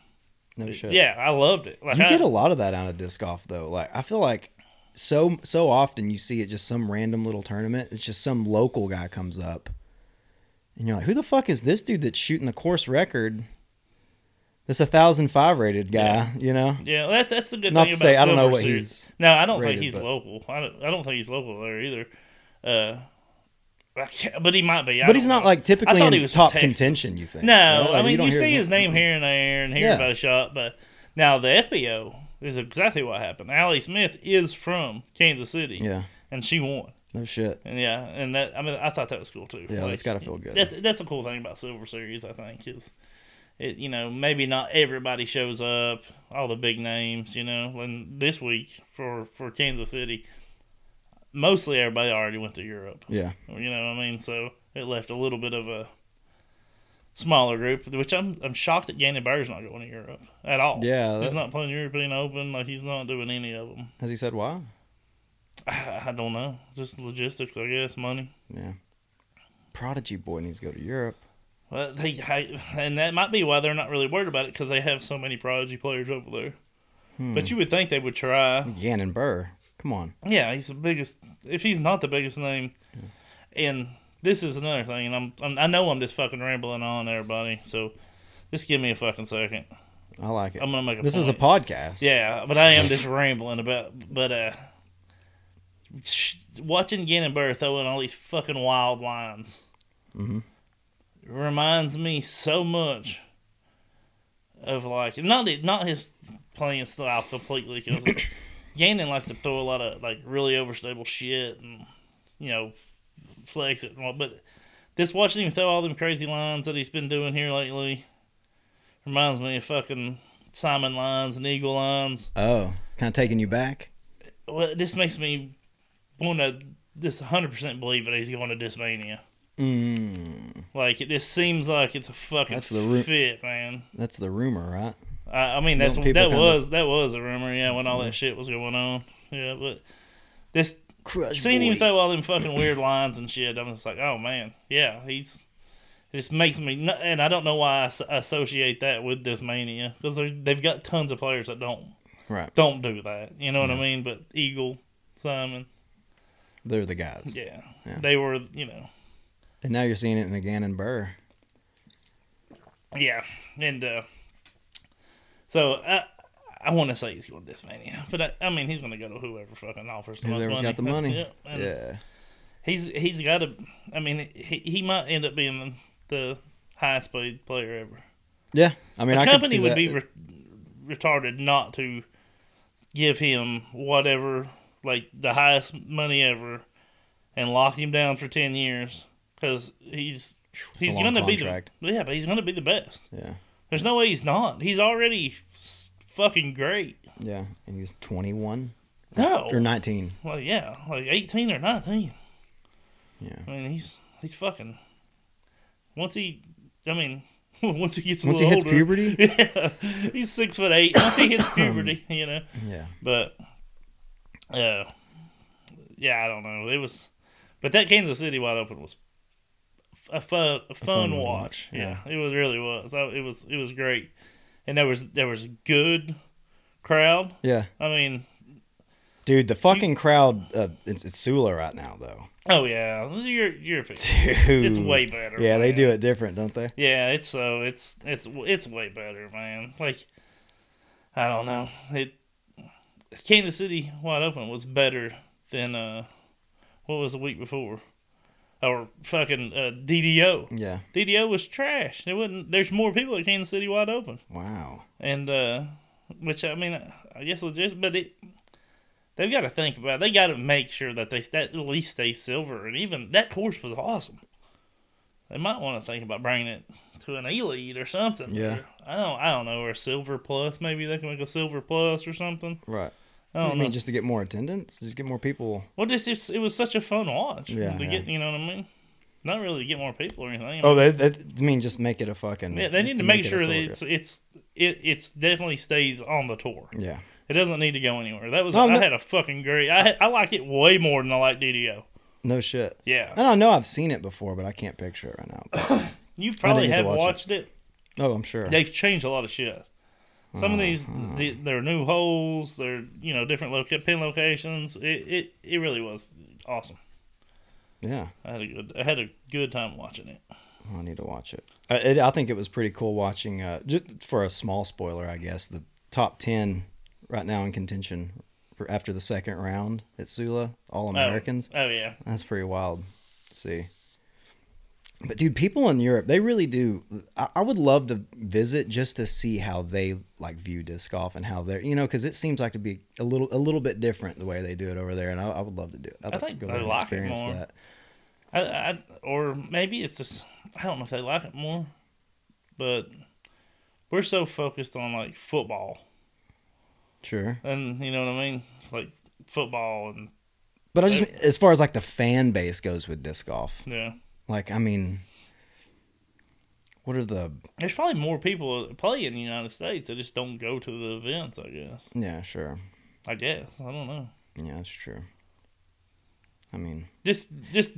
B: No shit.
A: Yeah, I loved it. Like
B: You
A: I,
B: get a lot of that out of disc golf though. Like I feel like so so often you see it just some random little tournament. It's just some local guy comes up, and you're like, who the fuck is this dude that's shooting the course record? This a thousand five rated guy, you know?
A: yeah, that's that's the good
B: Not
A: thing
B: to
A: about
B: say I don't know
A: Silver
B: what
A: Series.
B: he's.
A: No, I don't
B: rated,
A: think he's
B: but-
A: local. I don't, I don't think he's local there either. Uh, I can't, but he might be. I
B: But he's
A: don't
B: not
A: know.
B: like typically
A: thought he
B: in
A: was from
B: top
A: Texas.
B: contention. You think?
A: No,
B: right? Like,
A: I mean
B: don't
A: you
B: hear
A: see
B: his
A: his name here and there and hear
B: Yeah.
A: about a shot, but now the FBO is exactly what happened. Allie Smith is from Kansas City,
B: Yeah.
A: and she won,
B: No shit.
A: and yeah, and that I mean I thought that was cool too.
B: Yeah, that's gotta feel good.
A: That's that's a cool thing about Silver Series, I think, is it you know maybe not everybody shows up, all the big names, you know, and this week for for Kansas City, mostly everybody already went to Europe.
B: Yeah.
A: You know what I mean? So it left a little bit of a smaller group, which I'm I'm shocked that Gannon Barr's not going to Europe at all.
B: Yeah.
A: he's
B: that-
A: not playing European Open. Like he's not doing any of them.
B: has he said why?
A: I, I don't know. Just logistics, I guess. Money.
B: Yeah. Prodigy boy needs to go to Europe.
A: Well, they I, and that might be why they're not really worried about it because they have so many prodigy players over there.
B: Hmm.
A: But you would think they would try.
B: Gannon Burr. Come on.
A: Yeah, he's the biggest. If he's not the biggest name, and this is another thing, and I'm, I'm I know I'm just fucking rambling on everybody, so just give me a fucking second.
B: I like it.
A: I'm gonna make a.
B: this is a
A: point.
B: podcast.
A: Yeah, but I am just rambling about. But uh, sh- watching Gannon Burr throwing all these fucking wild lines
B: hmm
A: reminds me so much of like not not his playing style completely because Gannon likes to throw a lot of like really overstable shit and you know flex it and all, but just watching him throw all them crazy lines that he's been doing here lately reminds me of fucking Simon lines and Eagle lines.
B: Oh, kind of taking you back.
A: Well, it just makes me want to just 100% believe that he's going to Dismania.
B: Mm,
A: Like it just seems like it's a fucking
B: That's the root-
A: fit, man.
B: that's the rumor, right?
A: I, I mean, that's
B: Don't people
A: that
B: kinda-
A: was that was a rumor, yeah, when all that shit was going on, yeah. But this
B: Crush
A: seeing
B: boy.
A: him throw all them fucking weird lines and shit, I'm just like, oh man, yeah, he's it just makes me, n- and I don't know why I s- associate that with this mania because they've got tons of players that don't
B: right,
A: don't do that, you know what I mean? But Eagle, Simon,
B: they're the guys.
A: yeah,
B: Yeah.
A: they were, you know,
B: And now you're seeing it in a Gannon Burr.
A: yeah, and uh, so I. I want to say he's going to this mania, but I, I mean he's going to go to whoever fucking offers the
B: Whoever's
A: most money.
B: got the money.
A: Yeah, and-
B: yeah,
A: He's he's got to. I mean, he, he might end up being the highest paid player ever.
B: yeah. I mean,
A: the
B: I could
A: company
B: see
A: would
B: that.
A: be re- retarded not to give him whatever, like the highest money ever, and lock him down for ten years because he's
B: a
A: he's
B: long
A: gonna
B: contract.
A: be the yeah, but he's gonna be the best.
B: yeah,
A: There's no way he's not. He's already s- fucking great.
B: yeah. And he's 21
A: No,
B: or 19.
A: well, yeah, like eighteen or nineteen.
B: Yeah.
A: I mean, he's he's fucking. Once he, I mean, once he gets a
B: Once he
A: little
B: hits
A: older,
B: puberty.
A: yeah, he's six foot eight. Once he hits puberty, you know.
B: Yeah.
A: But, uh, yeah, I don't know. It was, but that Kansas City wide open was a fun, a fun,
B: fun one to
A: watch.
B: watch,
A: Yeah. it was really was. I, it was it was great, and there was there was a good crowd.
B: Yeah.
A: I mean,
B: Dude, the fucking crowd. Uh, it's, it's Sula right now, though.
A: Oh yeah, you're you're
B: Dude.
A: It's way better.
B: Yeah, they
A: man.
B: do it different, don't they?
A: Yeah, it's so it's it's it's way better, man. Like I don't know. It Kansas City wide open was better than uh what was the week before? Or fucking uh, DDO.
B: Yeah.
A: DDO was trash. There wasn't there's more people at Kansas City wide open.
B: Wow.
A: And uh which I mean I guess legit but it they've got to think about it. they got to make sure that they that at least stay silver and even that course was awesome. They might want to think about bringing it to an elite or something.
B: Yeah.
A: I don't I don't know or a silver plus maybe they can make a silver plus or something.
B: Right.
A: I
B: I
A: don't know.
B: mean, just to get more attendance, just get more people.
A: well, this is it was such a fun watch.
B: Yeah,
A: to
B: yeah.
A: get you know what I mean. Not really to get more people or anything.
B: Oh, they, they, I mean, just make it a fucking.
A: yeah, they
B: just
A: need to make
B: it a
A: sure that
B: celebrate.
A: it's it's it it's definitely stays on the tour.
B: Yeah.
A: It doesn't need to go anywhere. That was
B: No,
A: I
B: no-
A: had a fucking great. I I liked it way more than I liked DDO.
B: No shit.
A: Yeah,
B: I don't know. I've seen it before, but I can't picture it right now.
A: you probably
B: get to
A: have
B: watch it.
A: watched it.
B: oh, I'm sure.
A: They've changed a lot of shit. Some of these,
B: Mm-hmm.
A: the, there are new holes. They're you know different loca- pin locations. It, it it really was awesome.
B: yeah.
A: I had a good I had a good time watching it.
B: I need to watch it. I, it, I think it was pretty cool watching. Uh, just for a small spoiler, I guess the top ten right now in contention for after the second round at Sula, all
A: Oh,
B: Americans.
A: Oh, yeah,
B: That's pretty wild. to see, but dude, people in Europe they really do. I, I would love to visit just to see how they like view disc golf and how they're you know because it seems like to be a little a little bit different the way they do it over there, and I, I would love to do it. I'd
A: I
B: like to
A: think
B: go
A: they
B: there and
A: like it
B: experience
A: more.
B: that.
A: I, I or maybe it's just I don't know if they like it more, but we're so focused on like football
B: Sure,
A: and you know what I mean, like football and
B: but I just as far as like the fan base goes with disc golf.
A: yeah.
B: Like, I mean, what are the?
A: There's probably more people that play in the United States that just don't go to the events. I guess.
B: Yeah, sure.
A: I guess I don't know.
B: Yeah, that's true. I mean,
A: Just just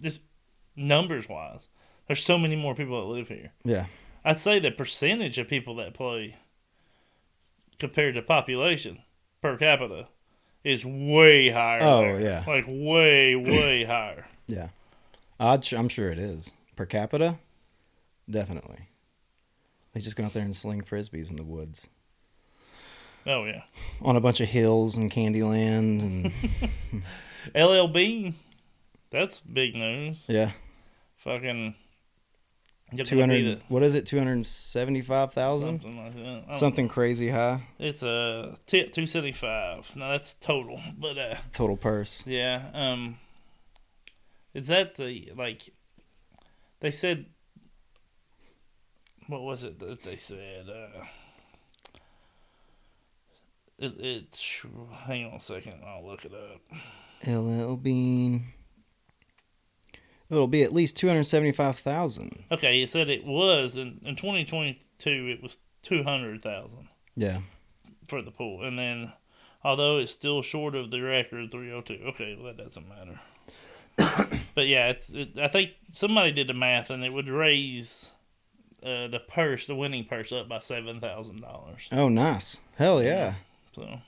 A: just numbers wise, there's so many more people that live here.
B: yeah,
A: I'd say the percentage of people that play compared to population per capita is way higher.
B: Oh,
A: there.
B: yeah.
A: like way way higher.
B: I'd, sh- I'm sure it is per capita. Definitely. They just go out there and sling frisbees in the woods
A: Oh yeah.
B: on a bunch of hills and Candyland and
A: LL Bean, that's big news.
B: yeah,
A: Fucking. gonna be
B: two hundred.
A: the-
B: What is it? Two hundred seventy-five thousand.
A: Something like that. I don't know.
B: Something crazy high
A: It's a tip two seventy five. No, that's total. But uh,
B: total purse.
A: yeah, um, is that the like? They said. What was it that they said? Uh, it, it hang on a second. I'll look it up.
B: LL Bean. It'll be at least two hundred seventy-five thousand.
A: Okay, it said it was in in twenty twenty two. It was two hundred thousand
B: Yeah.
A: for the pool, and then although it's still short of the record three hundred two. Okay, well, that doesn't matter. but yeah, it's, it, I think somebody did the math, and it would raise uh, the purse, the winning purse, up by seven thousand dollars.
B: Oh, nice. Hell yeah.
A: So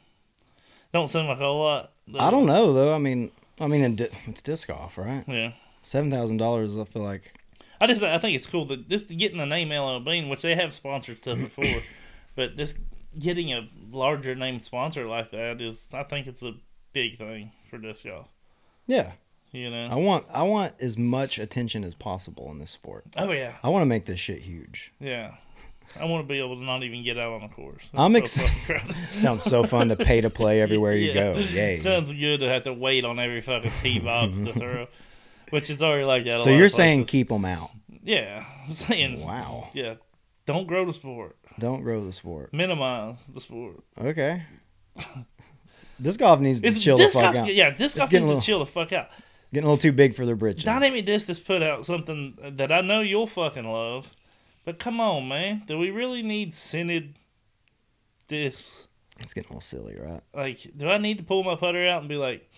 A: don't seem like a whole lot. but-
B: I don't know though. I mean, I mean, in di- it's disc golf, right?
A: Yeah,
B: Seven thousand dollars. I feel like.
A: I just I think it's cool that this getting the name LL Bean, which they have sponsored stuff before, but this getting a larger name sponsor like that is, I think it's a big thing for disc golf.
B: Yeah,
A: You know.
B: I want I want as much attention as possible in this sport.
A: oh yeah.
B: I want to make this shit huge.
A: Yeah. I want to be able to not even get out on the course.
B: I'm
A: That's so
B: ex-
A: fucking crowded.
B: Sounds so fun to pay to play everywhere you
A: Yeah.
B: go. Yay! So,
A: Sounds good to have to wait on every fucking tee box to throw, which is already like that. a lot
B: you're
A: of
B: saying
A: places.
B: keep them out?
A: yeah, I'm saying
B: Wow!
A: yeah, don't grow the sport,
B: Don't grow the sport.
A: minimize the sport.
B: Okay. Disc golf needs to
A: It's
B: chill the
A: disc
B: fuck
A: golf.
B: out.
A: Yeah, disc golf needs
B: getting
A: to
B: a little-
A: chill the fuck out.
B: Getting a little too big for their britches.
A: Dynamic Disc has put out something that I know you'll fucking love, but come on, man, do we really need scented discs?
B: It's getting a little silly, right?
A: like do i need to pull my putter out and be like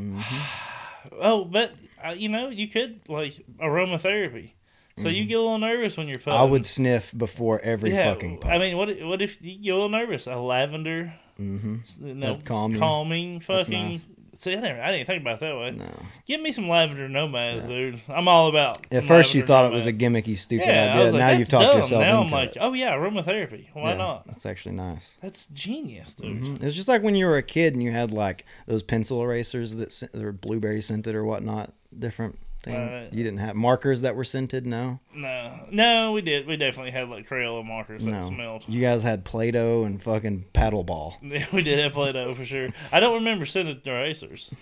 B: Mm-hmm.
A: oh but uh, you know you could like aromatherapy so you get a little nervous when you're putting
B: Mm-hmm. I would sniff before every
A: yeah,
B: fucking. Putt.
A: I mean, what if, what if you get a little nervous? A lavender,
B: mm-hmm.
A: you know,
B: That'd calm you.
A: calming,
B: That's
A: fucking
B: nice.
A: See, I didn't, I didn't think about it that way.
B: No.
A: Give me some lavender nomads, dude. I'm all about.
B: At
A: some
B: first, you
A: Lavender
B: thought it was a
A: Nomads.
B: gimmicky, stupid
A: yeah, I
B: idea.
A: was like,
B: now
A: that's
B: you've talked
A: dumb.
B: yourself
A: Now
B: into
A: I'm like,
B: it.
A: oh yeah, aromatherapy. Why
B: Yeah,
A: not?
B: That's actually nice.
A: That's genius, dude.
B: Mhm. It's just like when you were a kid and you had like those pencil erasers that sent, were blueberry scented or whatnot, different thing.
A: Right.
B: You didn't have markers that were scented. No,
A: No, no, we did. We definitely had like Crayola markers that
B: no.
A: smelled.
B: You guys had Play-Doh and fucking paddle ball.
A: Yeah, we did have Play-Doh for sure. I don't remember scented erasers.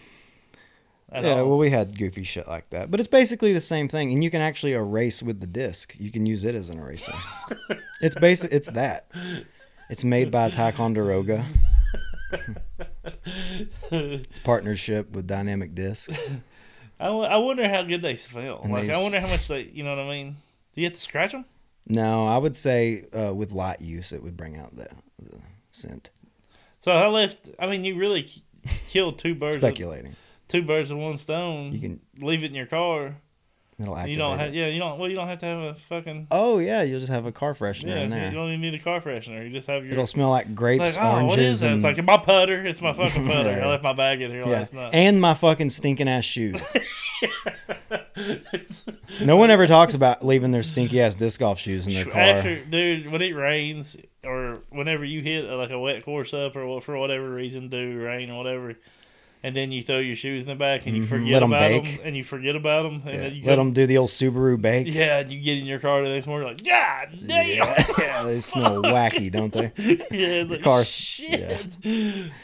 A: At
B: yeah,
A: all.
B: well, we had goofy shit like that, but it's basically the same thing. And you can actually erase with the disc. You can use it as an eraser. it's basic. It's that. It's made by Ticonderoga. it's partnership with Dynamic Disc.
A: I, w- I wonder how good they smell.
B: And
A: like,
B: they
A: I
B: s-
A: wonder how much they, you know what I mean? Do you have to scratch them?
B: No, I would say uh, with light use, it would bring out the, the scent.
A: So I left, I mean, you really k- killed two birds with,
B: Speculating,
A: two birds with one stone.
B: you can
A: Leave it in your car.
B: it'll activate.
A: You don't have,
B: it.
A: yeah, you don't, well, you don't have to have a fucking,
B: Oh yeah, you'll just have a car freshener
A: yeah,
B: in
A: you
B: there.
A: don't even need a car freshener. You just have your,
B: It'll smell like grapes,
A: like, oh,
B: oranges,
A: what is that?
B: and
A: It's like "Oh, my putter. It's my fucking putter.
B: Yeah.
A: I left my bag in here
B: yeah,
A: last night.
B: and my fucking stinking ass shoes. No one ever talks about leaving their stinky ass disc golf shoes in their car.
A: After, dude, when it rains or whenever you hit uh, like a wet course up or what, for whatever reason, do rain or whatever, and then you throw your shoes in the back and you
B: Mhm.
A: forget
B: Let 'em
A: about
B: bake.
A: them and you forget about them and
B: Yeah.
A: then you
B: Let
A: go-
B: them do the old Subaru bake.
A: yeah, and you get in your car the next morning like, God damn, yeah,
B: yeah, yeah, they smell wacky, don't they?
A: it's like
B: car-
A: shit.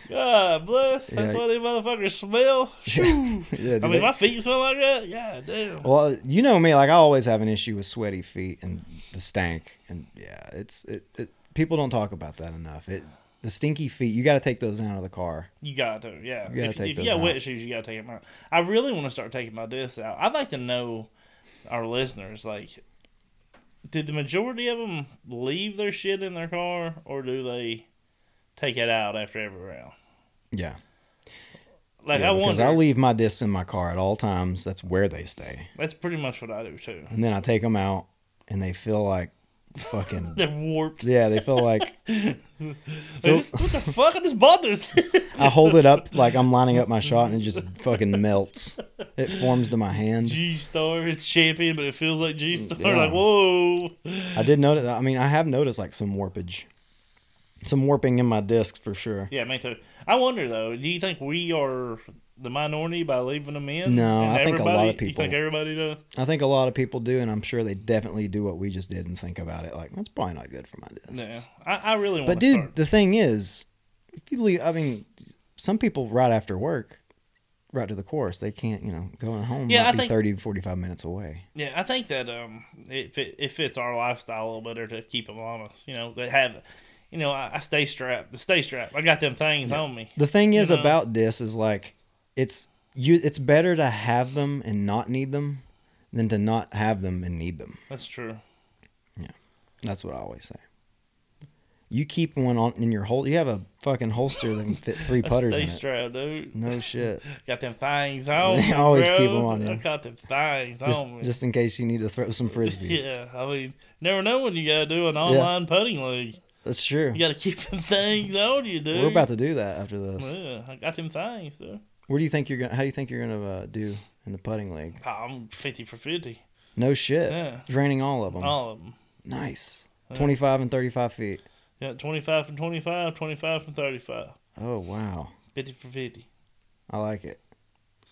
A: God bless, that's
B: Yeah.
A: what they motherfuckers smell.
B: Yeah, yeah, do
A: I mean,
B: they-
A: my feet smell like that. Yeah, damn.
B: Well, you know me, like I always have an issue with sweaty feet and the stank, and yeah, it's it. it people don't talk about that enough. It the stinky feet. You got to take those out of the car.
A: You got to, yeah.
B: You gotta
A: if
B: take
A: if you
B: those
A: got wet
B: out.
A: shoes, you got to take them out. I really want to start taking my discs out. I'd like to know our listeners, like, did the majority of them leave their shit in their car, or do they take it out after every round?
B: Yeah,
A: Like,
B: yeah
A: I
B: because
A: wonder.
B: I leave my discs in my car at all times. That's where they stay,
A: that's pretty much what I do too.
B: and then I take them out, and they feel like fucking.
A: They're warped.
B: Yeah, they feel like
A: Like, this- what the fuck? I just bought this.
B: I hold it up like I'm lining up my shot and it just fucking melts. It forms to my hand.
A: G Star. It's champion, but it feels like G Star.
B: Yeah.
A: Like, whoa.
B: I did notice. I mean, I have noticed like some warpage, some warping in my discs for sure.
A: Yeah, me too. I wonder though, do you think we are the minority by leaving them in?
B: No, I think a lot of
A: everybody- You think
B: people-
A: everybody does?
B: I think a lot of people do, and I'm sure they definitely do what we just did and think about it. Like that's probably not good for my discs.
A: No, I, I really want.
B: But
A: to
B: dude,
A: start.
B: the thing is, if you leave, I mean, some people right after work, right to the course, they can't, you know, going home
A: Yeah,
B: might
A: I
B: be
A: think-
B: 30 45 minutes away.
A: yeah, I think that um, it, fit, it fits our lifestyle a little better to keep them honest. You know, they have, you know, I, I stay strapped. The stay strapped. I got them things on me.
B: The thing is
A: know?
B: about discs is like, it's you. It's better to have them and not need them than to not have them and need them.
A: That's true.
B: That's what I always say. You keep one on in your hol. You have a fucking holster that can fit three
A: I
B: putters in
A: stay
B: it.
A: strapped, dude.
B: No shit.
A: Got them things on.
B: They
A: me,
B: always
A: bro.
B: keep 'em on
A: I
B: you.
A: got them things
B: Just,
A: on me.
B: just in case you need to throw some frisbees.
A: yeah, I mean, never know when you gotta do an online putting league.
B: That's true.
A: You gotta keep them things on you, dude.
B: We're about to do that after this.
A: Yeah, I got them things though.
B: Where do you think you're gonna? How do you think you're gonna uh, do in the putting league?
A: I'm fifty for fifty.
B: No shit.
A: Yeah.
B: Draining all of them.
A: All of them.
B: Nice.
A: Yeah.
B: Twenty-five and thirty-five feet.
A: Yeah, twenty five from 25, 25 from 35,
B: Oh wow,
A: 50 for fifty.
B: I like it.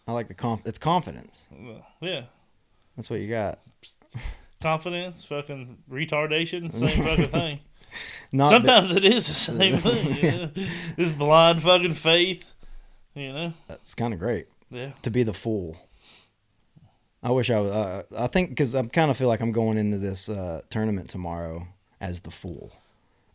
B: I like the conf. It's confidence.
A: Well, Yeah,
B: That's what you got.
A: confidence, fucking retardation, same fucking thing.
B: Not that-
A: Sometimes it is the same thing. Yeah. This blind fucking faith, you know.
B: that's kind of great.
A: Yeah,
B: to be the fool. I wish I was. Uh, I think because I kind of feel like I'm going into this uh, tournament tomorrow as the fool.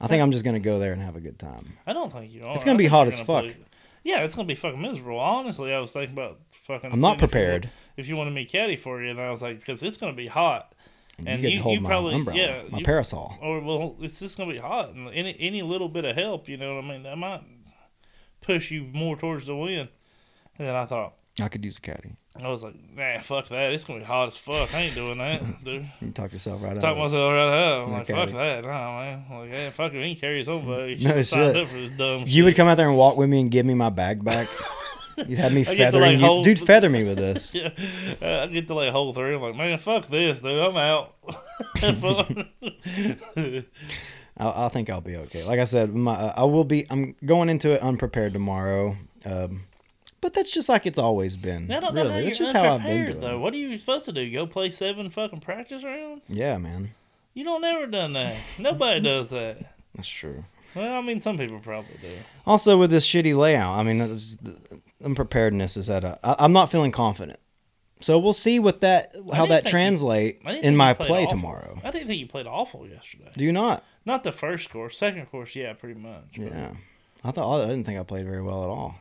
B: I think I'm just gonna go there and have a good time.
A: I don't think you are.
B: It's gonna be
A: I think
B: hot
A: you're
B: as
A: gonna
B: fuck.
A: play- Yeah, it's gonna be fucking miserable. Honestly, I was thinking about fucking.
B: I'm not
A: seeing if you-
B: prepared.
A: If you wanted me caddy for you, and I was like, because it's gonna be hot. And
B: you could
A: you-
B: hold
A: you
B: my
A: probably-
B: umbrella,
A: yeah,
B: my
A: you-
B: parasol.
A: or well, it's just gonna be hot, and any any little bit of help, you know what I mean, that might push you more towards the win. And then I thought,
B: I could use a caddy.
A: I was like, nah, fuck that. It's gonna be hot as fuck. I ain't doing that, dude.
B: You can talk yourself right
A: Talk
B: out. of it.
A: myself right out. I'm
B: No
A: like, fuck
B: caddy.
A: that, nah, man. I'm like, yeah, fuck it. We can carry his own bag.
B: No
A: Should've signed
B: shit.
A: up for this dumb.
B: You would come out there and walk with me and give me my bag back. You'd have me
A: I get to,
B: feathering
A: like,
B: you,
A: hold-
B: dude. Feather me with this.
A: Yeah, uh, I get to like hole through. I'm like, man, fuck this, dude. I'm out.
B: I, I think I'll be okay. Like I said, my, uh, I will be. I'm going into it unprepared tomorrow. Um, but that's just like it's always been.
A: I don't know how
B: really,
A: you're
B: that's just how I've been
A: unprepared,
B: doing.
A: though.
B: it.
A: What are you supposed to do? Go play seven fucking practice rounds?
B: Yeah, man,
A: You don't ever done that. Nobody does that.
B: that's true.
A: Well, I mean, some people probably do.
B: Also, with this shitty layout, I mean, it's, the unpreparedness is at a. I, I'm not feeling confident. So we'll see what that how
A: didn't think
B: that
A: you-
B: translate
A: I didn't think
B: in
A: you
B: my
A: played
B: play
A: awful.
B: tomorrow.
A: I didn't think you played awful yesterday.
B: Do you not?
A: Not the first course. Second course, yeah, pretty much. but-
B: Yeah, I thought I didn't think I played very well at all.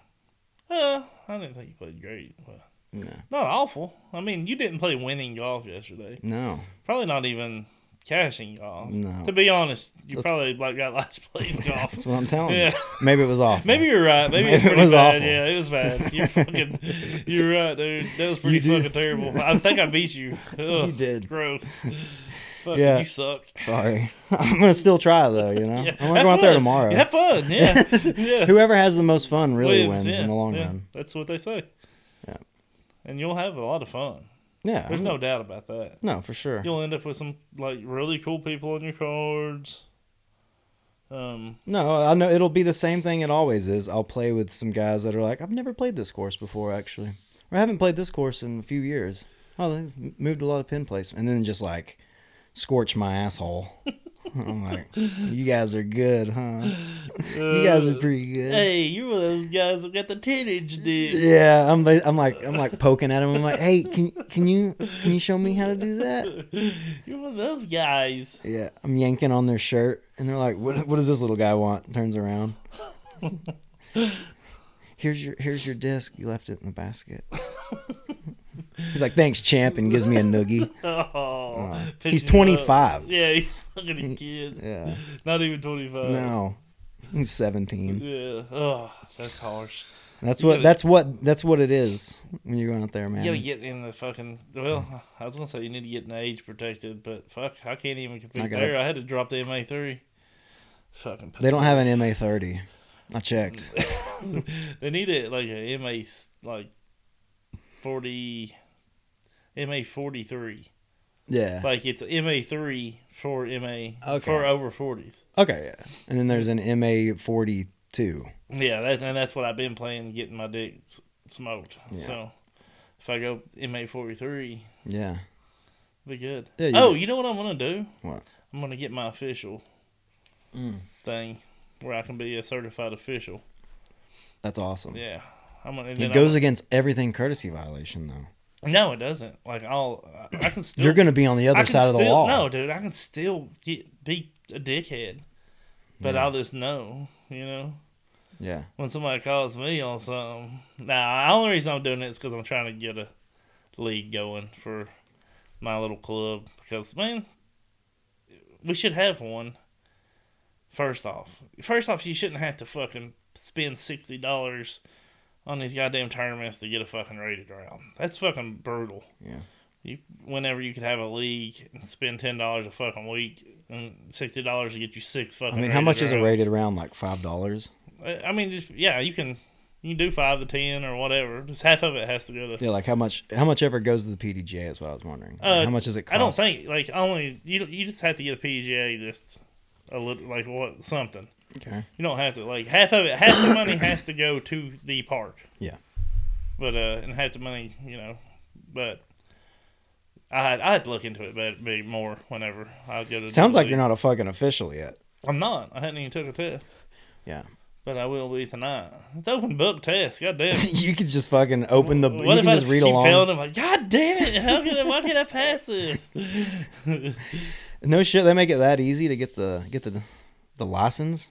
A: Well, uh, I didn't think you played great. But
B: No,
A: not awful. I mean, you didn't play winning golf yesterday.
B: no.
A: Probably not even cashing golf.
B: No.
A: To be honest, you
B: Let's-
A: probably like got last place golf.
B: That's what I'm telling
A: yeah.
B: you. Maybe it was off.
A: Maybe you're right. Maybe, it's
B: Maybe it
A: pretty
B: was
A: bad.
B: awful.
A: Yeah, it was bad. You're fucking. you're right, dude. That was pretty
B: You did.
A: fucking terrible. I think I beat you. Ugh,
B: You did.
A: Gross. Fucking,
B: Yeah.
A: you suck.
B: Sorry. I'm gonna still try though. You know,
A: Yeah,
B: I'm gonna
A: have
B: go out there
A: fun.
B: tomorrow.
A: Have fun. Yeah. yeah.
B: Whoever has the most fun really wins,
A: yeah,
B: in the long
A: yeah.
B: run.
A: That's what they say.
B: Yeah.
A: And you'll have a lot of fun.
B: Yeah.
A: There's
B: I'm-
A: no doubt about that.
B: no, for sure.
A: You'll end up with some like really cool people on your cards. Um,
B: No, I know it'll be the same thing it always is. I'll play with some guys that are like, I've never played this course before, actually, or I haven't played this course in a few years. Oh, they've m- moved a lot of pin placement, and then just like scorch my asshole. I'm like, you guys are good, huh? You guys are
A: uh,
B: pretty good.
A: Hey, you're one of those guys that got the ten inch dick.
B: Yeah, I'm. ba- I'm like, I'm like poking at him. I'm like, hey, can can you can you show me how to do that?
A: You're one of those guys.
B: Yeah, I'm yanking on their shirt, and they're like, "What? What does this little guy want?" Turns around. here's your here's your disc. You left it in the basket. He's like, "Thanks, champ," and gives me a noogie.
A: Oh,
B: Uh,
A: pick
B: he's
A: you up.
B: 25.
A: Yeah, Uh, he's fucking a kid.
B: Yeah.
A: Not even 25.
B: No, he's 17.
A: Yeah. Oh, that's harsh.
B: That's
A: You
B: what
A: gotta-
B: that's what that's what it is when you're going out there,
A: You gotta
B: man.
A: get in the fucking. Well, I was gonna say you need to get an age protected, but fuck, I can't even compete
B: I gotta-
A: there. I had to drop the MA three. Fucking.
B: They don't have an MA 30. I checked.
A: they need it like a MA s- like forty, MA forty three.
B: Yeah.
A: Like it's MA three for MA
B: Okay.
A: for over forties.
B: Okay. Yeah. And then there's an MA 42.
A: Yeah, that, and that's what I've been playing, getting my dick s- smoked.
B: Yeah.
A: So if I go MA forty three,
B: Yeah.
A: be good.
B: Yeah, you-
A: oh, you know what I'm gonna do?
B: What?
A: I'm gonna get my official
B: Mm.
A: thing where I can be a certified official.
B: That's awesome.
A: Yeah, I'm gonna. and then
B: Mm. It
A: I'm
B: goes against everything courtesy violation, though.
A: gonna- no, it doesn't. Like I'll, I- I can still.
B: You're going to be on the
A: I
B: other
A: can
B: side of the
A: still-
B: wall.
A: No, dude, I can still get be a dickhead, but
B: Yeah.
A: I'll just know, you know.
B: Yeah.
A: when somebody calls me on something. Now, the only reason I'm doing it is because I'm trying to get a league going for my little club. Because, man, we should have one. First off, first off, you shouldn't have to fucking spend sixty dollars on these goddamn tournaments to get a fucking rated round. That's fucking brutal.
B: Yeah.
A: You whenever you could have a league and spend ten dollars a fucking week and sixty dollars to get you six
B: I
A: fucking.
B: mean, how much is a
A: rounds.
B: rated round? Like $5?
A: I I mean, just yeah, you can you can do five to ten or whatever. Just half of it has to go to.
B: Yeah, like how much How much ever goes to the PDGA is what I was wondering.
A: Uh,
B: how much does it cost?
A: I don't think like only you you just have to get a PGA just a little like what something.
B: Okay.
A: You don't have to like half of it. Half the money has to go to the park.
B: Yeah.
A: But uh, and half the money, you know, but. I'd, I'd look into it but be more whenever I go to.
B: Sounds
A: the
B: like you're
A: league.
B: not a fucking official yet.
A: I'm not. I hadn't even took a test,
B: Yeah.
A: but I will be tonight. It's open book test. God damn.
B: you could just fucking open the.
A: What
B: you
A: if
B: can
A: I
B: just read
A: keep
B: along.
A: failing? I'm like, God damn it! How can I, why can't I pass this?
B: No shit, they make it that easy to get the get the the license,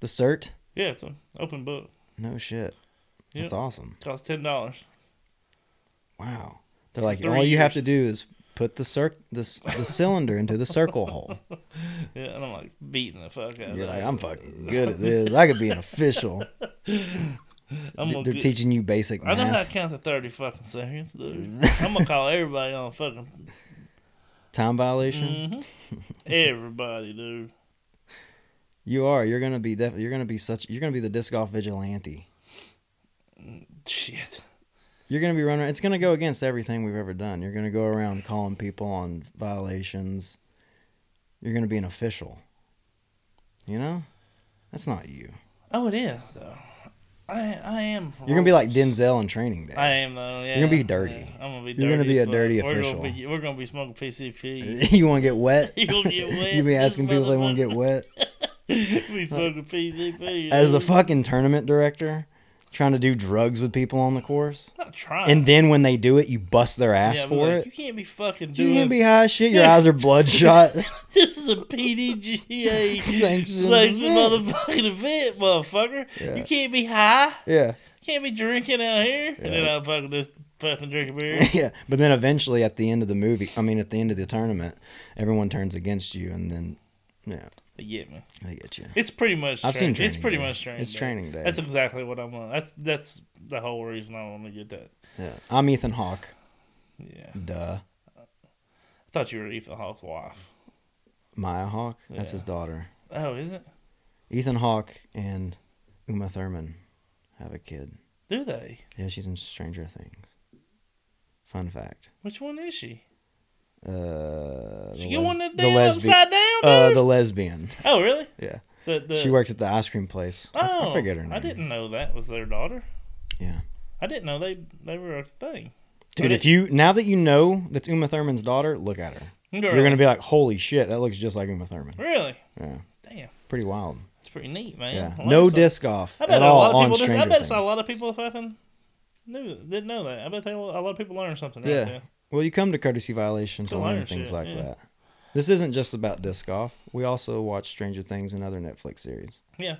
B: the cert.
A: yeah, it's an open book.
B: No shit.
A: Yep.
B: That's awesome.
A: Costs ten dollars.
B: Wow. They're like
A: Three
B: all you have to do is put the cir- the, s- the cylinder into the circle hole.
A: Yeah, and I'm like beating the fuck out of
B: You're
A: it.
B: like I'm fucking good at this. I could be an official.
A: I'm
B: They're
A: gonna get-
B: teaching you basic
A: I know how to
B: math.
A: count to thirty fucking seconds, dude. I'm gonna call everybody on fucking
B: Time violation.
A: Mhm. everybody, dude.
B: You are. You're gonna be. Def- you're gonna be such. You're gonna be the disc golf vigilante.
A: Shit.
B: You're gonna be running. It's gonna go against everything we've ever done. You're gonna go around calling people on violations. You're gonna be an official. You know, that's not you.
A: Oh, it is though. I I am.
B: You're gonna be like Denzel in Training Day.
A: I am though. Yeah.
B: gonna be dirty.
A: Yeah, I'm gonna be. Dirty
B: You're gonna be
A: as
B: a
A: fuck.
B: dirty
A: we're
B: official.
A: Gonna be, we're gonna be smoking PCP.
B: you want to get wet?
A: You gonna get wet,
B: you be
A: this
B: asking people if they want to get wet.
A: we smoking PCP
B: As the
A: dude.
B: fucking tournament director, trying to do drugs with people on the course,
A: I'm not trying.
B: and then when they do it, you bust their ass
A: Yeah, but,
B: for
A: like,
B: it.
A: You can't be fucking
B: You
A: doing.
B: can't be high as shit. Your eyes are bloodshot.
A: this is a PDGA
B: Sanctioned
A: sanctioned
B: event.
A: motherfucking event, motherfucker.
B: Yeah.
A: You can't be high.
B: yeah,
A: Can't be drinking out here. And then I'll fucking just fucking drink a beer.
B: yeah. But then eventually, at the end of the movie, I mean, at the end of the tournament, everyone turns against you, and then yeah,
A: They get me.
B: they get you.
A: It's pretty much.
B: I've seen
A: train- It's
B: Training
A: pretty
B: Day.
A: much training.
B: It's Training Day.
A: That's exactly what I'm on. That's that's the whole reason I want to get that.
B: Yeah. I'm Ethan Hawke.
A: Yeah.
B: Duh,
A: I thought you were Ethan Hawke's wife.
B: Maya Hawke. That's his
A: Yeah.
B: daughter.
A: Oh, is it?
B: Ethan Hawke and Uma Thurman have a kid.
A: Do they?
B: Yeah, she's in Stranger Things. Fun fact.
A: Which one is she?
B: Uh, the
A: She get
B: les-
A: one that
B: the
A: damn
B: lesbi-
A: upside down, dude.
B: Uh, the lesbian.
A: oh, really?
B: Yeah,
A: The, the,
B: she works at the ice cream place. I f-
A: Oh,
B: I forget her name.
A: I didn't know that was their daughter.
B: Yeah,
A: I didn't know they they were a thing.
B: dude. If
A: didn't-
B: you now that you know that's Uma Thurman's daughter, look at her. You're gonna be like, holy shit, that looks just like Uma Thurman.
A: really
B: Yeah,
A: damn.
B: pretty wild.
A: That's pretty neat, man.
B: Yeah,
A: I like
B: no
A: this.
B: disc off
A: I bet
B: at
A: a lot
B: all
A: of
B: on
A: people. Just, I
B: Stranger
A: bet
B: Things.
A: it's a lot of people fucking knew didn't know that. I bet they a lot of people learned something. out
B: Yeah.
A: there.
B: Well, you come to courtesy violation to
A: To
B: learn
A: learn
B: things
A: shit,
B: like
A: yeah.
B: that. This isn't just about disc off. We also watch Stranger Things and other Netflix series.
A: Yeah,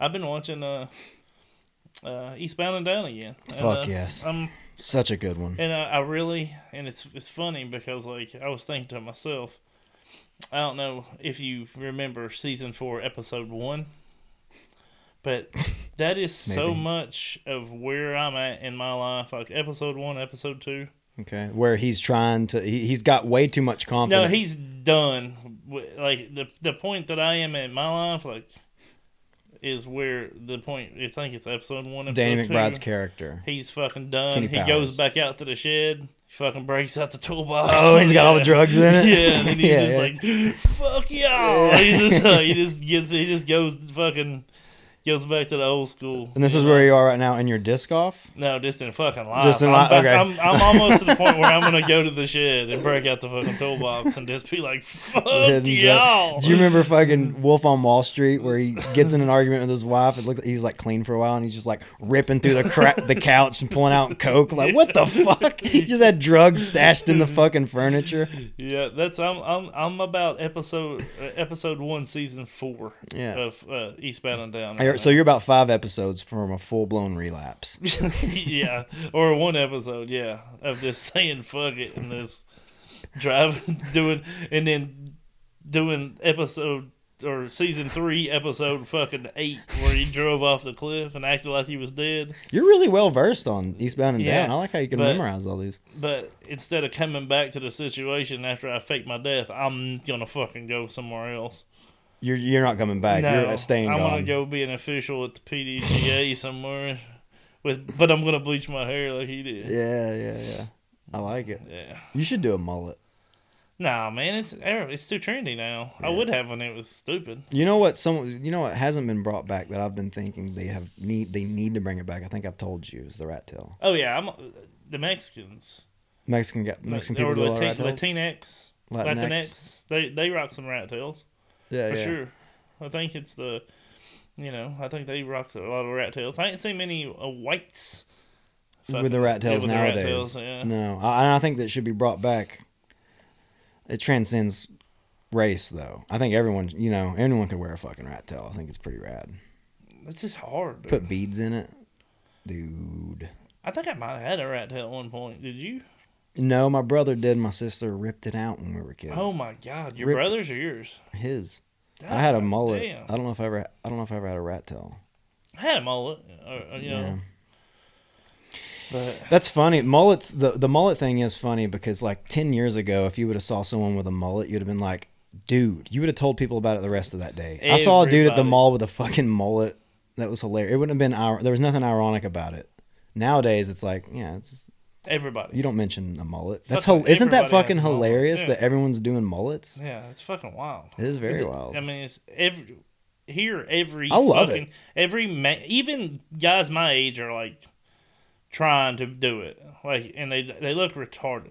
A: I've been watching uh, uh, Eastbound and Down again. And, uh,
B: Fuck yes.
A: I'm
B: Such a good one.
A: and I, I really and it's it's funny because like I was thinking to myself, I don't know if you remember season four episode one, but that is so
B: Maybe.
A: much of where I'm at in my life. Like episode one, episode two.
B: Okay, where he's trying to, he, he's got way too much
A: No,
B: confidence.
A: he's done. with- Like the the point that I am in my life, like, is where the point. I think it's episode one. Episode
B: Danny
A: two.
B: McBride's character.
A: He's fucking done.
B: Kenny
A: he
B: Powers.
A: goes back out to the shed. Fucking breaks out the toolbox.
B: Oh, he's got all the drugs in it?
A: Yeah, and then he's
B: Yeah,
A: just
B: yeah.
A: like, "Fuck y'all!"
B: Yeah.
A: He's just uh, he just gets he just goes fucking goes back to the old school.
B: And this is where you are right now in your disc off.
A: No, just in fucking life.
B: Just in
A: I'm
B: life,
A: back-
B: okay.
A: I'm, I'm almost to the point where I'm gonna go to the shed and break out the fucking toolbox and just be like, "Fuck
B: Hidden dra-
A: y'all!"
B: Do you remember fucking Wolf on Wall Street where he gets in an argument with his wife? It looks like he's like clean for a while and he's just like ripping through the cra- the couch and pulling out coke. Like what the fuck? He just had drugs stashed in the fucking furniture.
A: Yeah, that's I'm I'm I'm about episode uh, episode one, season four
B: Yeah.
A: of uh, Eastbound and Down.
B: You're- So you're about five episodes from a full blown relapse.
A: yeah, or one episode, yeah, of just saying "fuck it" and this driving, doing, and then doing episode or season three, episode fucking eight, where he drove off the cliff and acted like he was dead.
B: You're really well versed on Eastbound and
A: Yeah,
B: Down. I like how you can
A: but-
B: memorize all these.
A: But instead of coming back to the situation after I fake my death, I'm gonna fucking go somewhere else.
B: You're you're not coming back. you're staying
A: I'm
B: gone.
A: gonna go be an official at the PDGA somewhere, with but I'm gonna bleach my hair like he did.
B: Yeah, yeah, yeah. I like it.
A: Yeah.
B: You should do a mullet.
A: Nah, man, it's it's too trendy now. I
B: Yeah.
A: would have when it was stupid.
B: You know what? Some you know what hasn't been brought back that I've been thinking they have need they need to bring it back. I think I've told you is the rat tail.
A: Oh yeah, I'm the Mexicans.
B: Mexican got Mexican
A: Or
B: people do a lot of
A: Latin-
B: rat tails.
A: Latinx,
B: Latinx.
A: Latinx, They they rock some rat tails
B: yeah,
A: for
B: yeah.
A: sure. I think it's the, you know, I think they rock a lot of rat tails. I ain't seen many uh, whites
B: With the
A: fucking-
B: rat
A: yeah,
B: tails
A: with the
B: nowadays.
A: yeah.
B: No, I, and I think that should be brought back. It transcends race, though. I think everyone, you know, anyone could wear a fucking rat tail. I think it's pretty rad.
A: It's just hard. Dude.
B: Put beads in it, dude.
A: I think I might have had a rat tail at one point. Did you?
B: No, my brother did. My sister ripped it out when we were kids.
A: Oh my God, your
B: Ripped-
A: brothers or yours?
B: His. I had a
A: God
B: mullet.
A: damn.
B: I don't know if I ever. I don't know if I ever had a rat tail.
A: I had a mullet. Or, uh, you know,
B: Yeah.
A: but
B: That's funny. Mullets. The the mullet thing is funny because like ten years ago, if you would have saw someone with a mullet, you'd have been like, dude. You would have told people about it the rest of that day. I saw a dude at the
A: Everybody.
B: mall with a fucking mullet. That was hilarious. It wouldn't have been. ir- There was nothing ironic about it. Nowadays, it's like, yeah, it's
A: Everybody.
B: you don't mention a mullet. That's
A: Fucking
B: hol- isn't that
A: everybody has
B: fucking
A: a mullet,
B: hilarious
A: yeah.
B: that everyone's doing mullets?
A: Yeah, it's fucking wild.
B: It is very
A: Is it-
B: wild.
A: I mean, it's every here every
B: I love
A: fucking, every man, even guys my age are like trying to do it, like, and they they look retarded.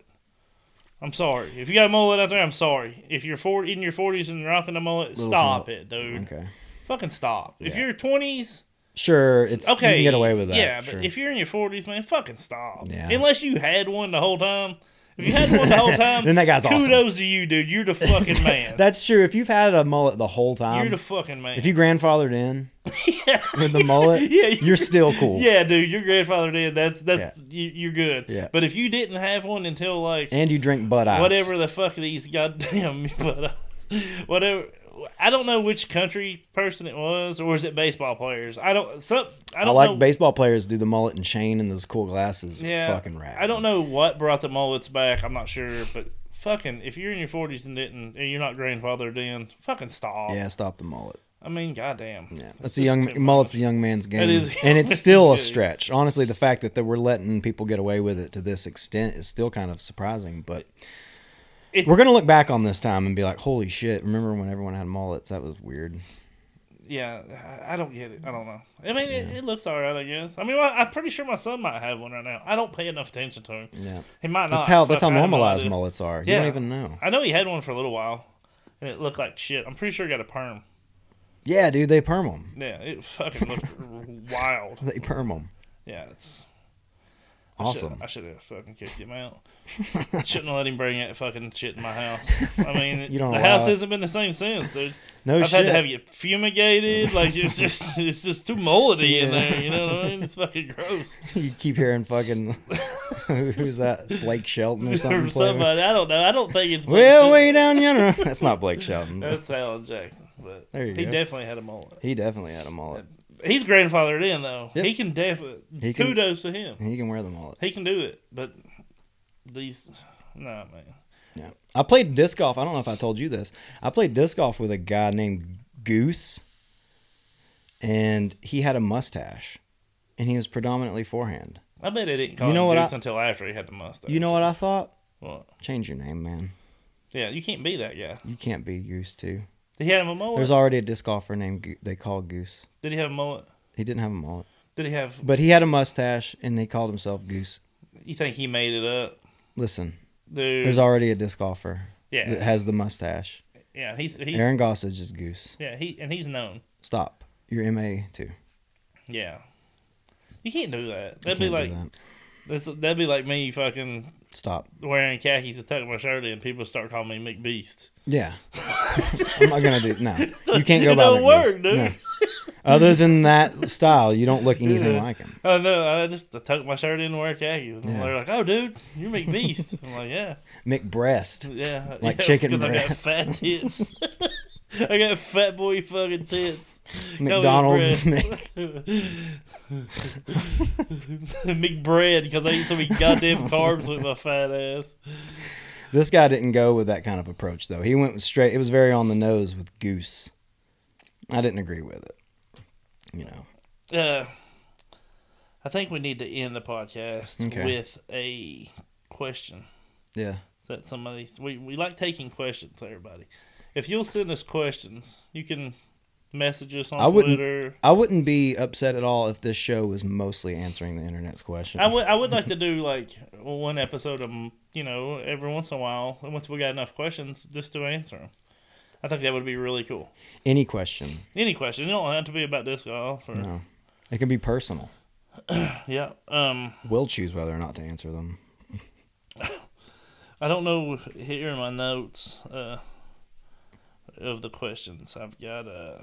A: I'm sorry if you got a mullet out there. I'm sorry if you're 40 in your 40s and rocking a mullet.
B: Little
A: stop
B: too-
A: it, dude.
B: okay.
A: Fucking stop. If
B: Yeah.
A: you're 20s,
B: Sure, it's okay. You
A: okay,
B: can get away with that.
A: Yeah,
B: sure.
A: but if you're in your 40s, man, fucking stop.
B: Yeah.
A: Unless you had one the whole time. If you had one the whole time,
B: Then that guy's awesome.
A: kudos to you, dude. You're the fucking man.
B: That's true. If you've had a mullet the whole time,
A: You're the fucking man.
B: um, if you grandfathered in with the mullet,
A: Yeah, you-
B: you're still cool.
A: yeah, dude, your grandfather did. That's that's you, you're good.
B: Yeah.
A: But if you didn't have one until like
B: And you drink butt ice.
A: whatever the fuck these goddamn but uh, whatever. I don't know which country person it was, or is it baseball players? I don't. Some I
B: I,
A: don't
B: like
A: know.
B: baseball players do the mullet and chain and those cool glasses.
A: yeah,
B: Fucking rad.
A: I don't know what brought the mullets back. I'm not sure, but fucking, if you're in your 40s and didn't, and you're not grandfathered in, fucking stop.
B: Yeah, stop the mullet.
A: I mean, goddamn.
B: Yeah,
A: It's
B: that's a
A: just
B: young
A: too
B: mullet's
A: much.
B: a young man's game,
A: is-
B: and it's still a
A: it is.
B: stretch. Honestly, the fact that, that we're letting people get away with it to this extent is still kind of surprising. But
A: It's-
B: we're gonna look back on this time and be like, "Holy shit! Remember when everyone had mullets? That was weird."
A: Yeah, I I don't get it. I don't know. I mean, it, it looks all right, I guess. I mean, I- I'm pretty sure my son might have one right now. I don't pay enough attention to him.
B: Yeah,
A: He might not.
B: that's how that's how
A: Ah, Fuck, I have no
B: normalized
A: idea.
B: mullets are. You
A: Yeah.
B: don't even know.
A: I know he had one for a little while, and it looked like shit. I'm pretty sure he got a perm.
B: Yeah, dude, they perm them.
A: Yeah, it fucking looked wild.
B: They perm them.
A: Yeah, it's I should-
B: Awesome.
A: I should have fucking kicked him out. Shouldn't have let him bring that fucking shit in my house. I mean,
B: You don't
A: the
B: allow
A: house
B: it.
A: hasn't been the same since, dude.
B: No
A: I've
B: shit.
A: had to have you fumigated. Like it's just, it's just too moldy in
B: Yeah.
A: there. You know what I mean? It's fucking gross.
B: you keep hearing fucking who's that? Blake Shelton or something.
A: or
B: playing?
A: somebody. I don't know. I don't think it's.
B: Well,
A: Blake
B: way down yonder. That's not Blake Shelton.
A: Shelton. That's Alan Jackson, but
B: There you
A: he
B: go.
A: definitely had a mullet.
B: He definitely had a mullet.
A: He's grandfathered in though.
B: Yep.
A: He can definitely.
B: He can-
A: Kudos to him.
B: He can wear the mullet.
A: He can do it. But these, no nah, man.
B: Yeah. I played disc golf. I don't know if I told you this. I played disc golf with a guy named Goose, and he had a mustache, and he was predominantly forehand.
A: I bet they didn't call
B: You know
A: him
B: what
A: Goose
B: I-
A: until after he had the mustache.
B: You know what I thought?
A: Well,
B: Change your name, man.
A: yeah, you can't be that guy.
B: You can't be Goose too.
A: Did he have a mullet?
B: There's already a disc golfer named Go- they call Goose.
A: Did he have a mullet?
B: He didn't have a mullet,
A: Did he have?
B: but he had a mustache, and they called himself Goose.
A: You think he made it up,
B: Listen,
A: dude?
B: there's already a disc golfer that
A: yeah,
B: has the mustache.
A: yeah. He's he's
B: Aaron Gossage is Goose.
A: yeah he and he's known.
B: Stop. You're MA too.
A: Yeah, you can't do that. That'd
B: You
A: be
B: can't
A: like
B: do that.
A: This, that'd be like me fucking
B: Stop.
A: wearing khakis and tucking my shirt in. People start calling me McBeast.
B: Yeah. I'm not gonna do no. You can't go
A: It
B: by
A: don't
B: that
A: work,
B: Goose.
A: dude.
B: No. Other than that style, you don't look anything
A: Yeah.
B: like him.
A: Oh no, I just tuck my shirt in and wear khakis. And
B: Yeah.
A: They're like, "Oh, dude, you're McBeast." I'm like, "Yeah,
B: McBreast.
A: yeah."
B: Like
A: yeah,
B: chicken
A: because I got
B: breast.
A: fat tits. I got fat boy fucking tits.
B: McDonald's
A: Covered
B: Mc
A: in bread. McBread because I eat so many goddamn carbs with my fat ass.
B: This guy didn't go with that kind of approach though. He went straight it was very on the nose with goose. I didn't agree with it. You know.
A: Uh, I think we need to end the podcast
B: Okay.
A: with a question.
B: Yeah.
A: That somebody we, we like taking questions, everybody. If you'll send us questions, you can message us on
B: I wouldn't-
A: Twitter.
B: I wouldn't be upset at all if this show was mostly answering the internet's question.
A: I would I would like to do like one episode of you know every once in a while, and once we got enough questions, just to answer them. I think that would be really cool.
B: Any question.
A: Any question, it don't have to be about disc golf. Or,
B: No. It can be personal.
A: Yeah. Um.
B: We'll choose whether or not to answer them.
A: I don't know here in my notes uh, of the questions. I've got uh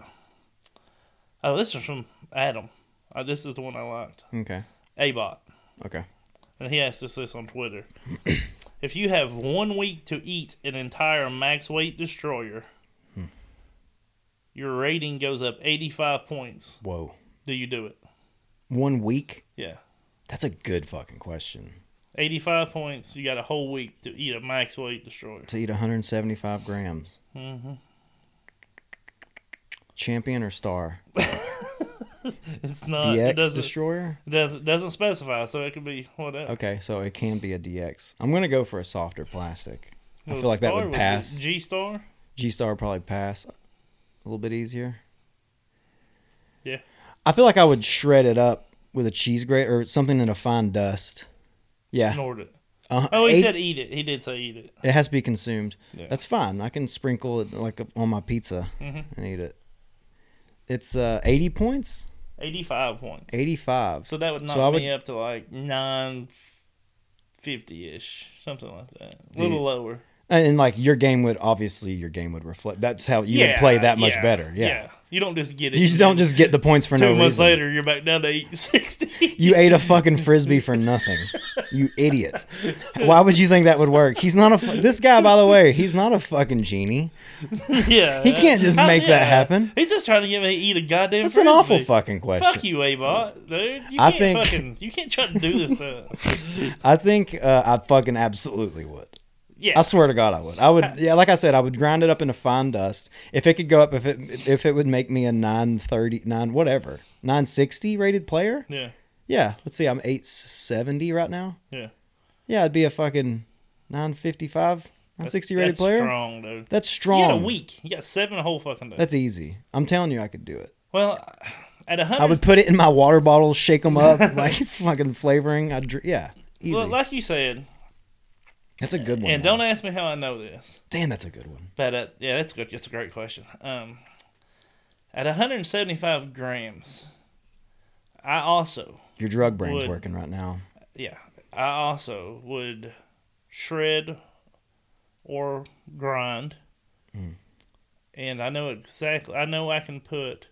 A: oh, this is from Adam. Uh, this is the one I liked.
B: Okay.
A: Abot,
B: Okay.
A: and he asked us this on Twitter. if you have one week to eat an entire max weight destroyer, your rating goes up eighty five points.
B: Whoa.
A: Do you do it?
B: One week?
A: Yeah,
B: That's a good fucking question.
A: eighty five points. You got a whole week to eat a max weight destroyer. Mm-hmm.
B: To eat 175 grams.
A: hmm
B: Champion or star?
A: it's not. Uh, it
B: DX
A: doesn't.
B: destroyer.
A: it doesn't doesn't specify, so it could be whatever.
B: Okay, so it can be a DX. I'm gonna go for a softer plastic. I
A: Well,
B: feel like that
A: Star
B: would pass.
A: G Star.
B: G Star probably pass a little bit easier.
A: Yeah.
B: I feel like I would shred it up with a cheese grate or something in a fine dust. Yeah.
A: Snort it.
B: Uh,
A: Oh, he
B: eight-
A: said eat it. He did say eat it.
B: it has to be consumed.
A: Yeah.
B: That's fine. I can sprinkle it like on my pizza
A: Mhm.
B: and eat it. It's uh, 80 points,
A: 85 points.
B: 85.
A: So that would knock
B: So I
A: me up to like 950 ish, something like that. A
B: Do
A: little
B: you-
A: lower.
B: and, and, like your game would obviously your game would reflect. That's how you would play that much better. Yeah.
A: You don't just get it.
B: You just don't just get the points for
A: Two
B: no
A: months
B: reason.
A: later, you're back down to 860.
B: You ate a fucking frisbee for nothing. You idiot. Why would you think that would work? He's not a. fu- This guy, by the way, he's not a fucking genie.
A: yeah.
B: He can't just
A: How-
B: make that happen.
A: He's just trying to get me to eat a goddamn
B: That's an awful
A: Frisbee.
B: fucking question.
A: Fuck you, Abot, dude. You can't
B: I think-
A: fucking, you can't try to do this to us.
B: I think uh, I fucking absolutely would.
A: Yeah.
B: I swear to God, I would. I would. Yeah, like I said, I would grind it up into fine dust. If it could go up, if it if it would make me a 930, 9 whatever, nine sixty rated player.
A: yeah.
B: Yeah, let's see, I'm eight seventy right now.
A: Yeah.
B: Yeah, I'd be a fucking nine fifty five, nine
A: That's-
B: sixty rated
A: that's
B: player.
A: strong, dude.
B: That's
A: You
B: strong.
A: got a week. You got seven whole fucking days.
B: That's easy. I'm telling you, I could do it.
A: well, at a hundred.
B: I would put it in my water bottle, shake them up, like fucking flavoring. I dr- yeah, easy.
A: Well, like you said,
B: that's a good one.
A: and
B: though.
A: don't ask me how I know this,
B: Damn, that's a good one.
A: but uh, yeah, that's good. That's a great question. Um, at 175 grams, I also,
B: Your drug brain's
A: Would.
B: working right now.
A: yeah, I also would shred or grind,
B: Mm.
A: and I know exactly. I know I can put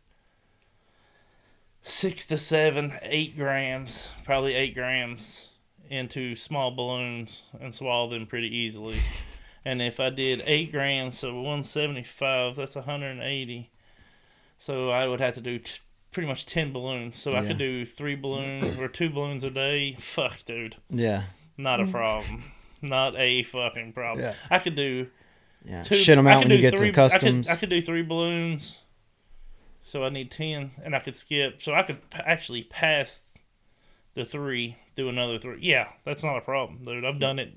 A: six to seven, eight grams, probably eight grams into small balloons and swallow them pretty easily. And if I did eight grams, so 175, that's 180. So I would have to do t- pretty much 10 balloons. So I
B: Yeah.
A: could do three balloons or two balloons a day. Fuck, dude.
B: Yeah,
A: Not a problem. Not a fucking problem.
B: Yeah.
A: I could do
B: yeah.
A: two.
B: Shit them
A: I
B: out
A: could
B: when you
A: do
B: get
A: three-
B: to customs.
A: I could, I could do three balloons, so I need ten, and I could skip. So I could p- actually pass the three, do another three. Yeah, that's not a problem, dude. I've done it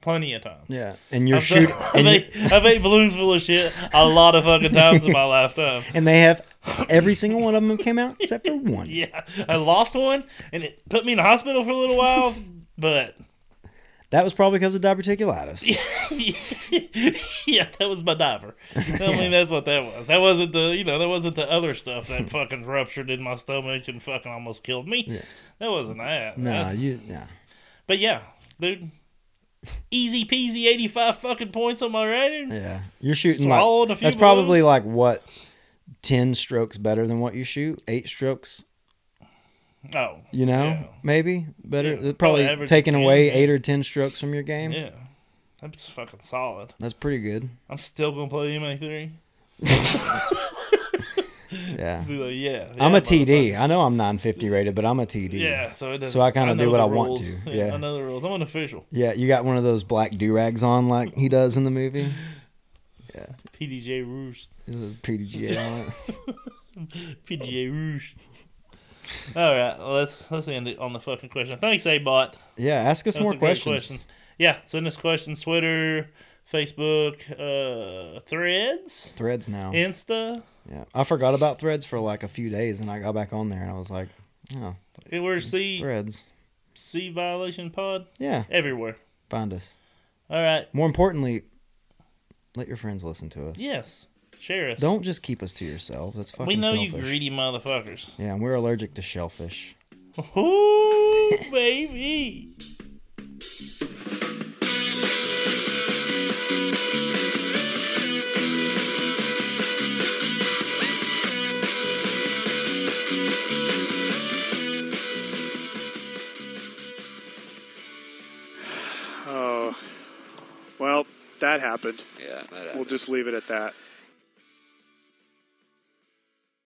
A: plenty of times.
B: yeah, and you're
A: I've, done-
B: shooting,
A: I've,
B: and, you-
A: ate, I've ate balloons full of shit a lot of fucking times in my lifetime.
B: and they have every single one of them came out except for one.
A: Yeah, I lost one, and it put me in the hospital for a little while. But
B: That was probably because of diverticulitis.
A: yeah, that was my diver. I mean, that's what that was. That wasn't the you know that wasn't the other stuff that fucking ruptured in my stomach and fucking almost killed me.
B: Yeah.
A: That wasn't that.
B: No,
A: That-
B: you. Yeah,
A: but yeah, dude, easy peasy, eighty five fucking points on my rating.
B: yeah. You're shooting
A: Swallowed a
B: like
A: few
B: that's probably like what ten strokes better than what you shoot. Eight strokes
A: Oh,
B: you know,
A: Yeah.
B: maybe better.
A: Yeah,
B: Probably,
A: probably average
B: taking
A: game,
B: away
A: yeah.
B: eight or ten strokes from your game.
A: yeah, that's fucking solid.
B: That's pretty good.
A: I'm still gonna play MA three.
B: Yeah.
A: Be like, yeah,
B: I'm
A: yeah,
B: a TD. I know I'm 950 rated, but I'm a TD.
A: Yeah, so it doesn't.
B: So I kinda do
A: know
B: what
A: the
B: I want
A: rules.
B: to,
A: yeah,
B: yeah.
A: I know the rules. I'm an official.
B: Yeah, you got one of those black do rags on like he does in the movie.
A: PDJ Rouge.
B: This is PDGA on it.
A: PGA Rouge. All right, well, let's let's end it on the fucking question. Thanks, Abot.
B: Yeah, ask us
A: Those
B: more
A: are great
B: questions.
A: Yeah, send us questions. Twitter, Facebook, uh, Threads,
B: Threads now.
A: Insta.
B: yeah, I forgot about threads for like a few days, and I got back on there, and I was like, oh,
A: It- We're
B: it's
A: C
B: threads.
A: C Violation Pod
B: Yeah,
A: everywhere.
B: find us.
A: All right.
B: More importantly, let your friends listen to us.
A: Yes. Share us.
B: Don't just keep us to yourselves. That's fucking
A: We know
B: selfish.
A: you greedy motherfuckers.
B: Yeah, and we're allergic to shellfish.
A: Ooh, baby.
C: Oh, well, that happened.
D: Yeah, that
C: We'll
D: happened.
C: Oh, just leave it at that.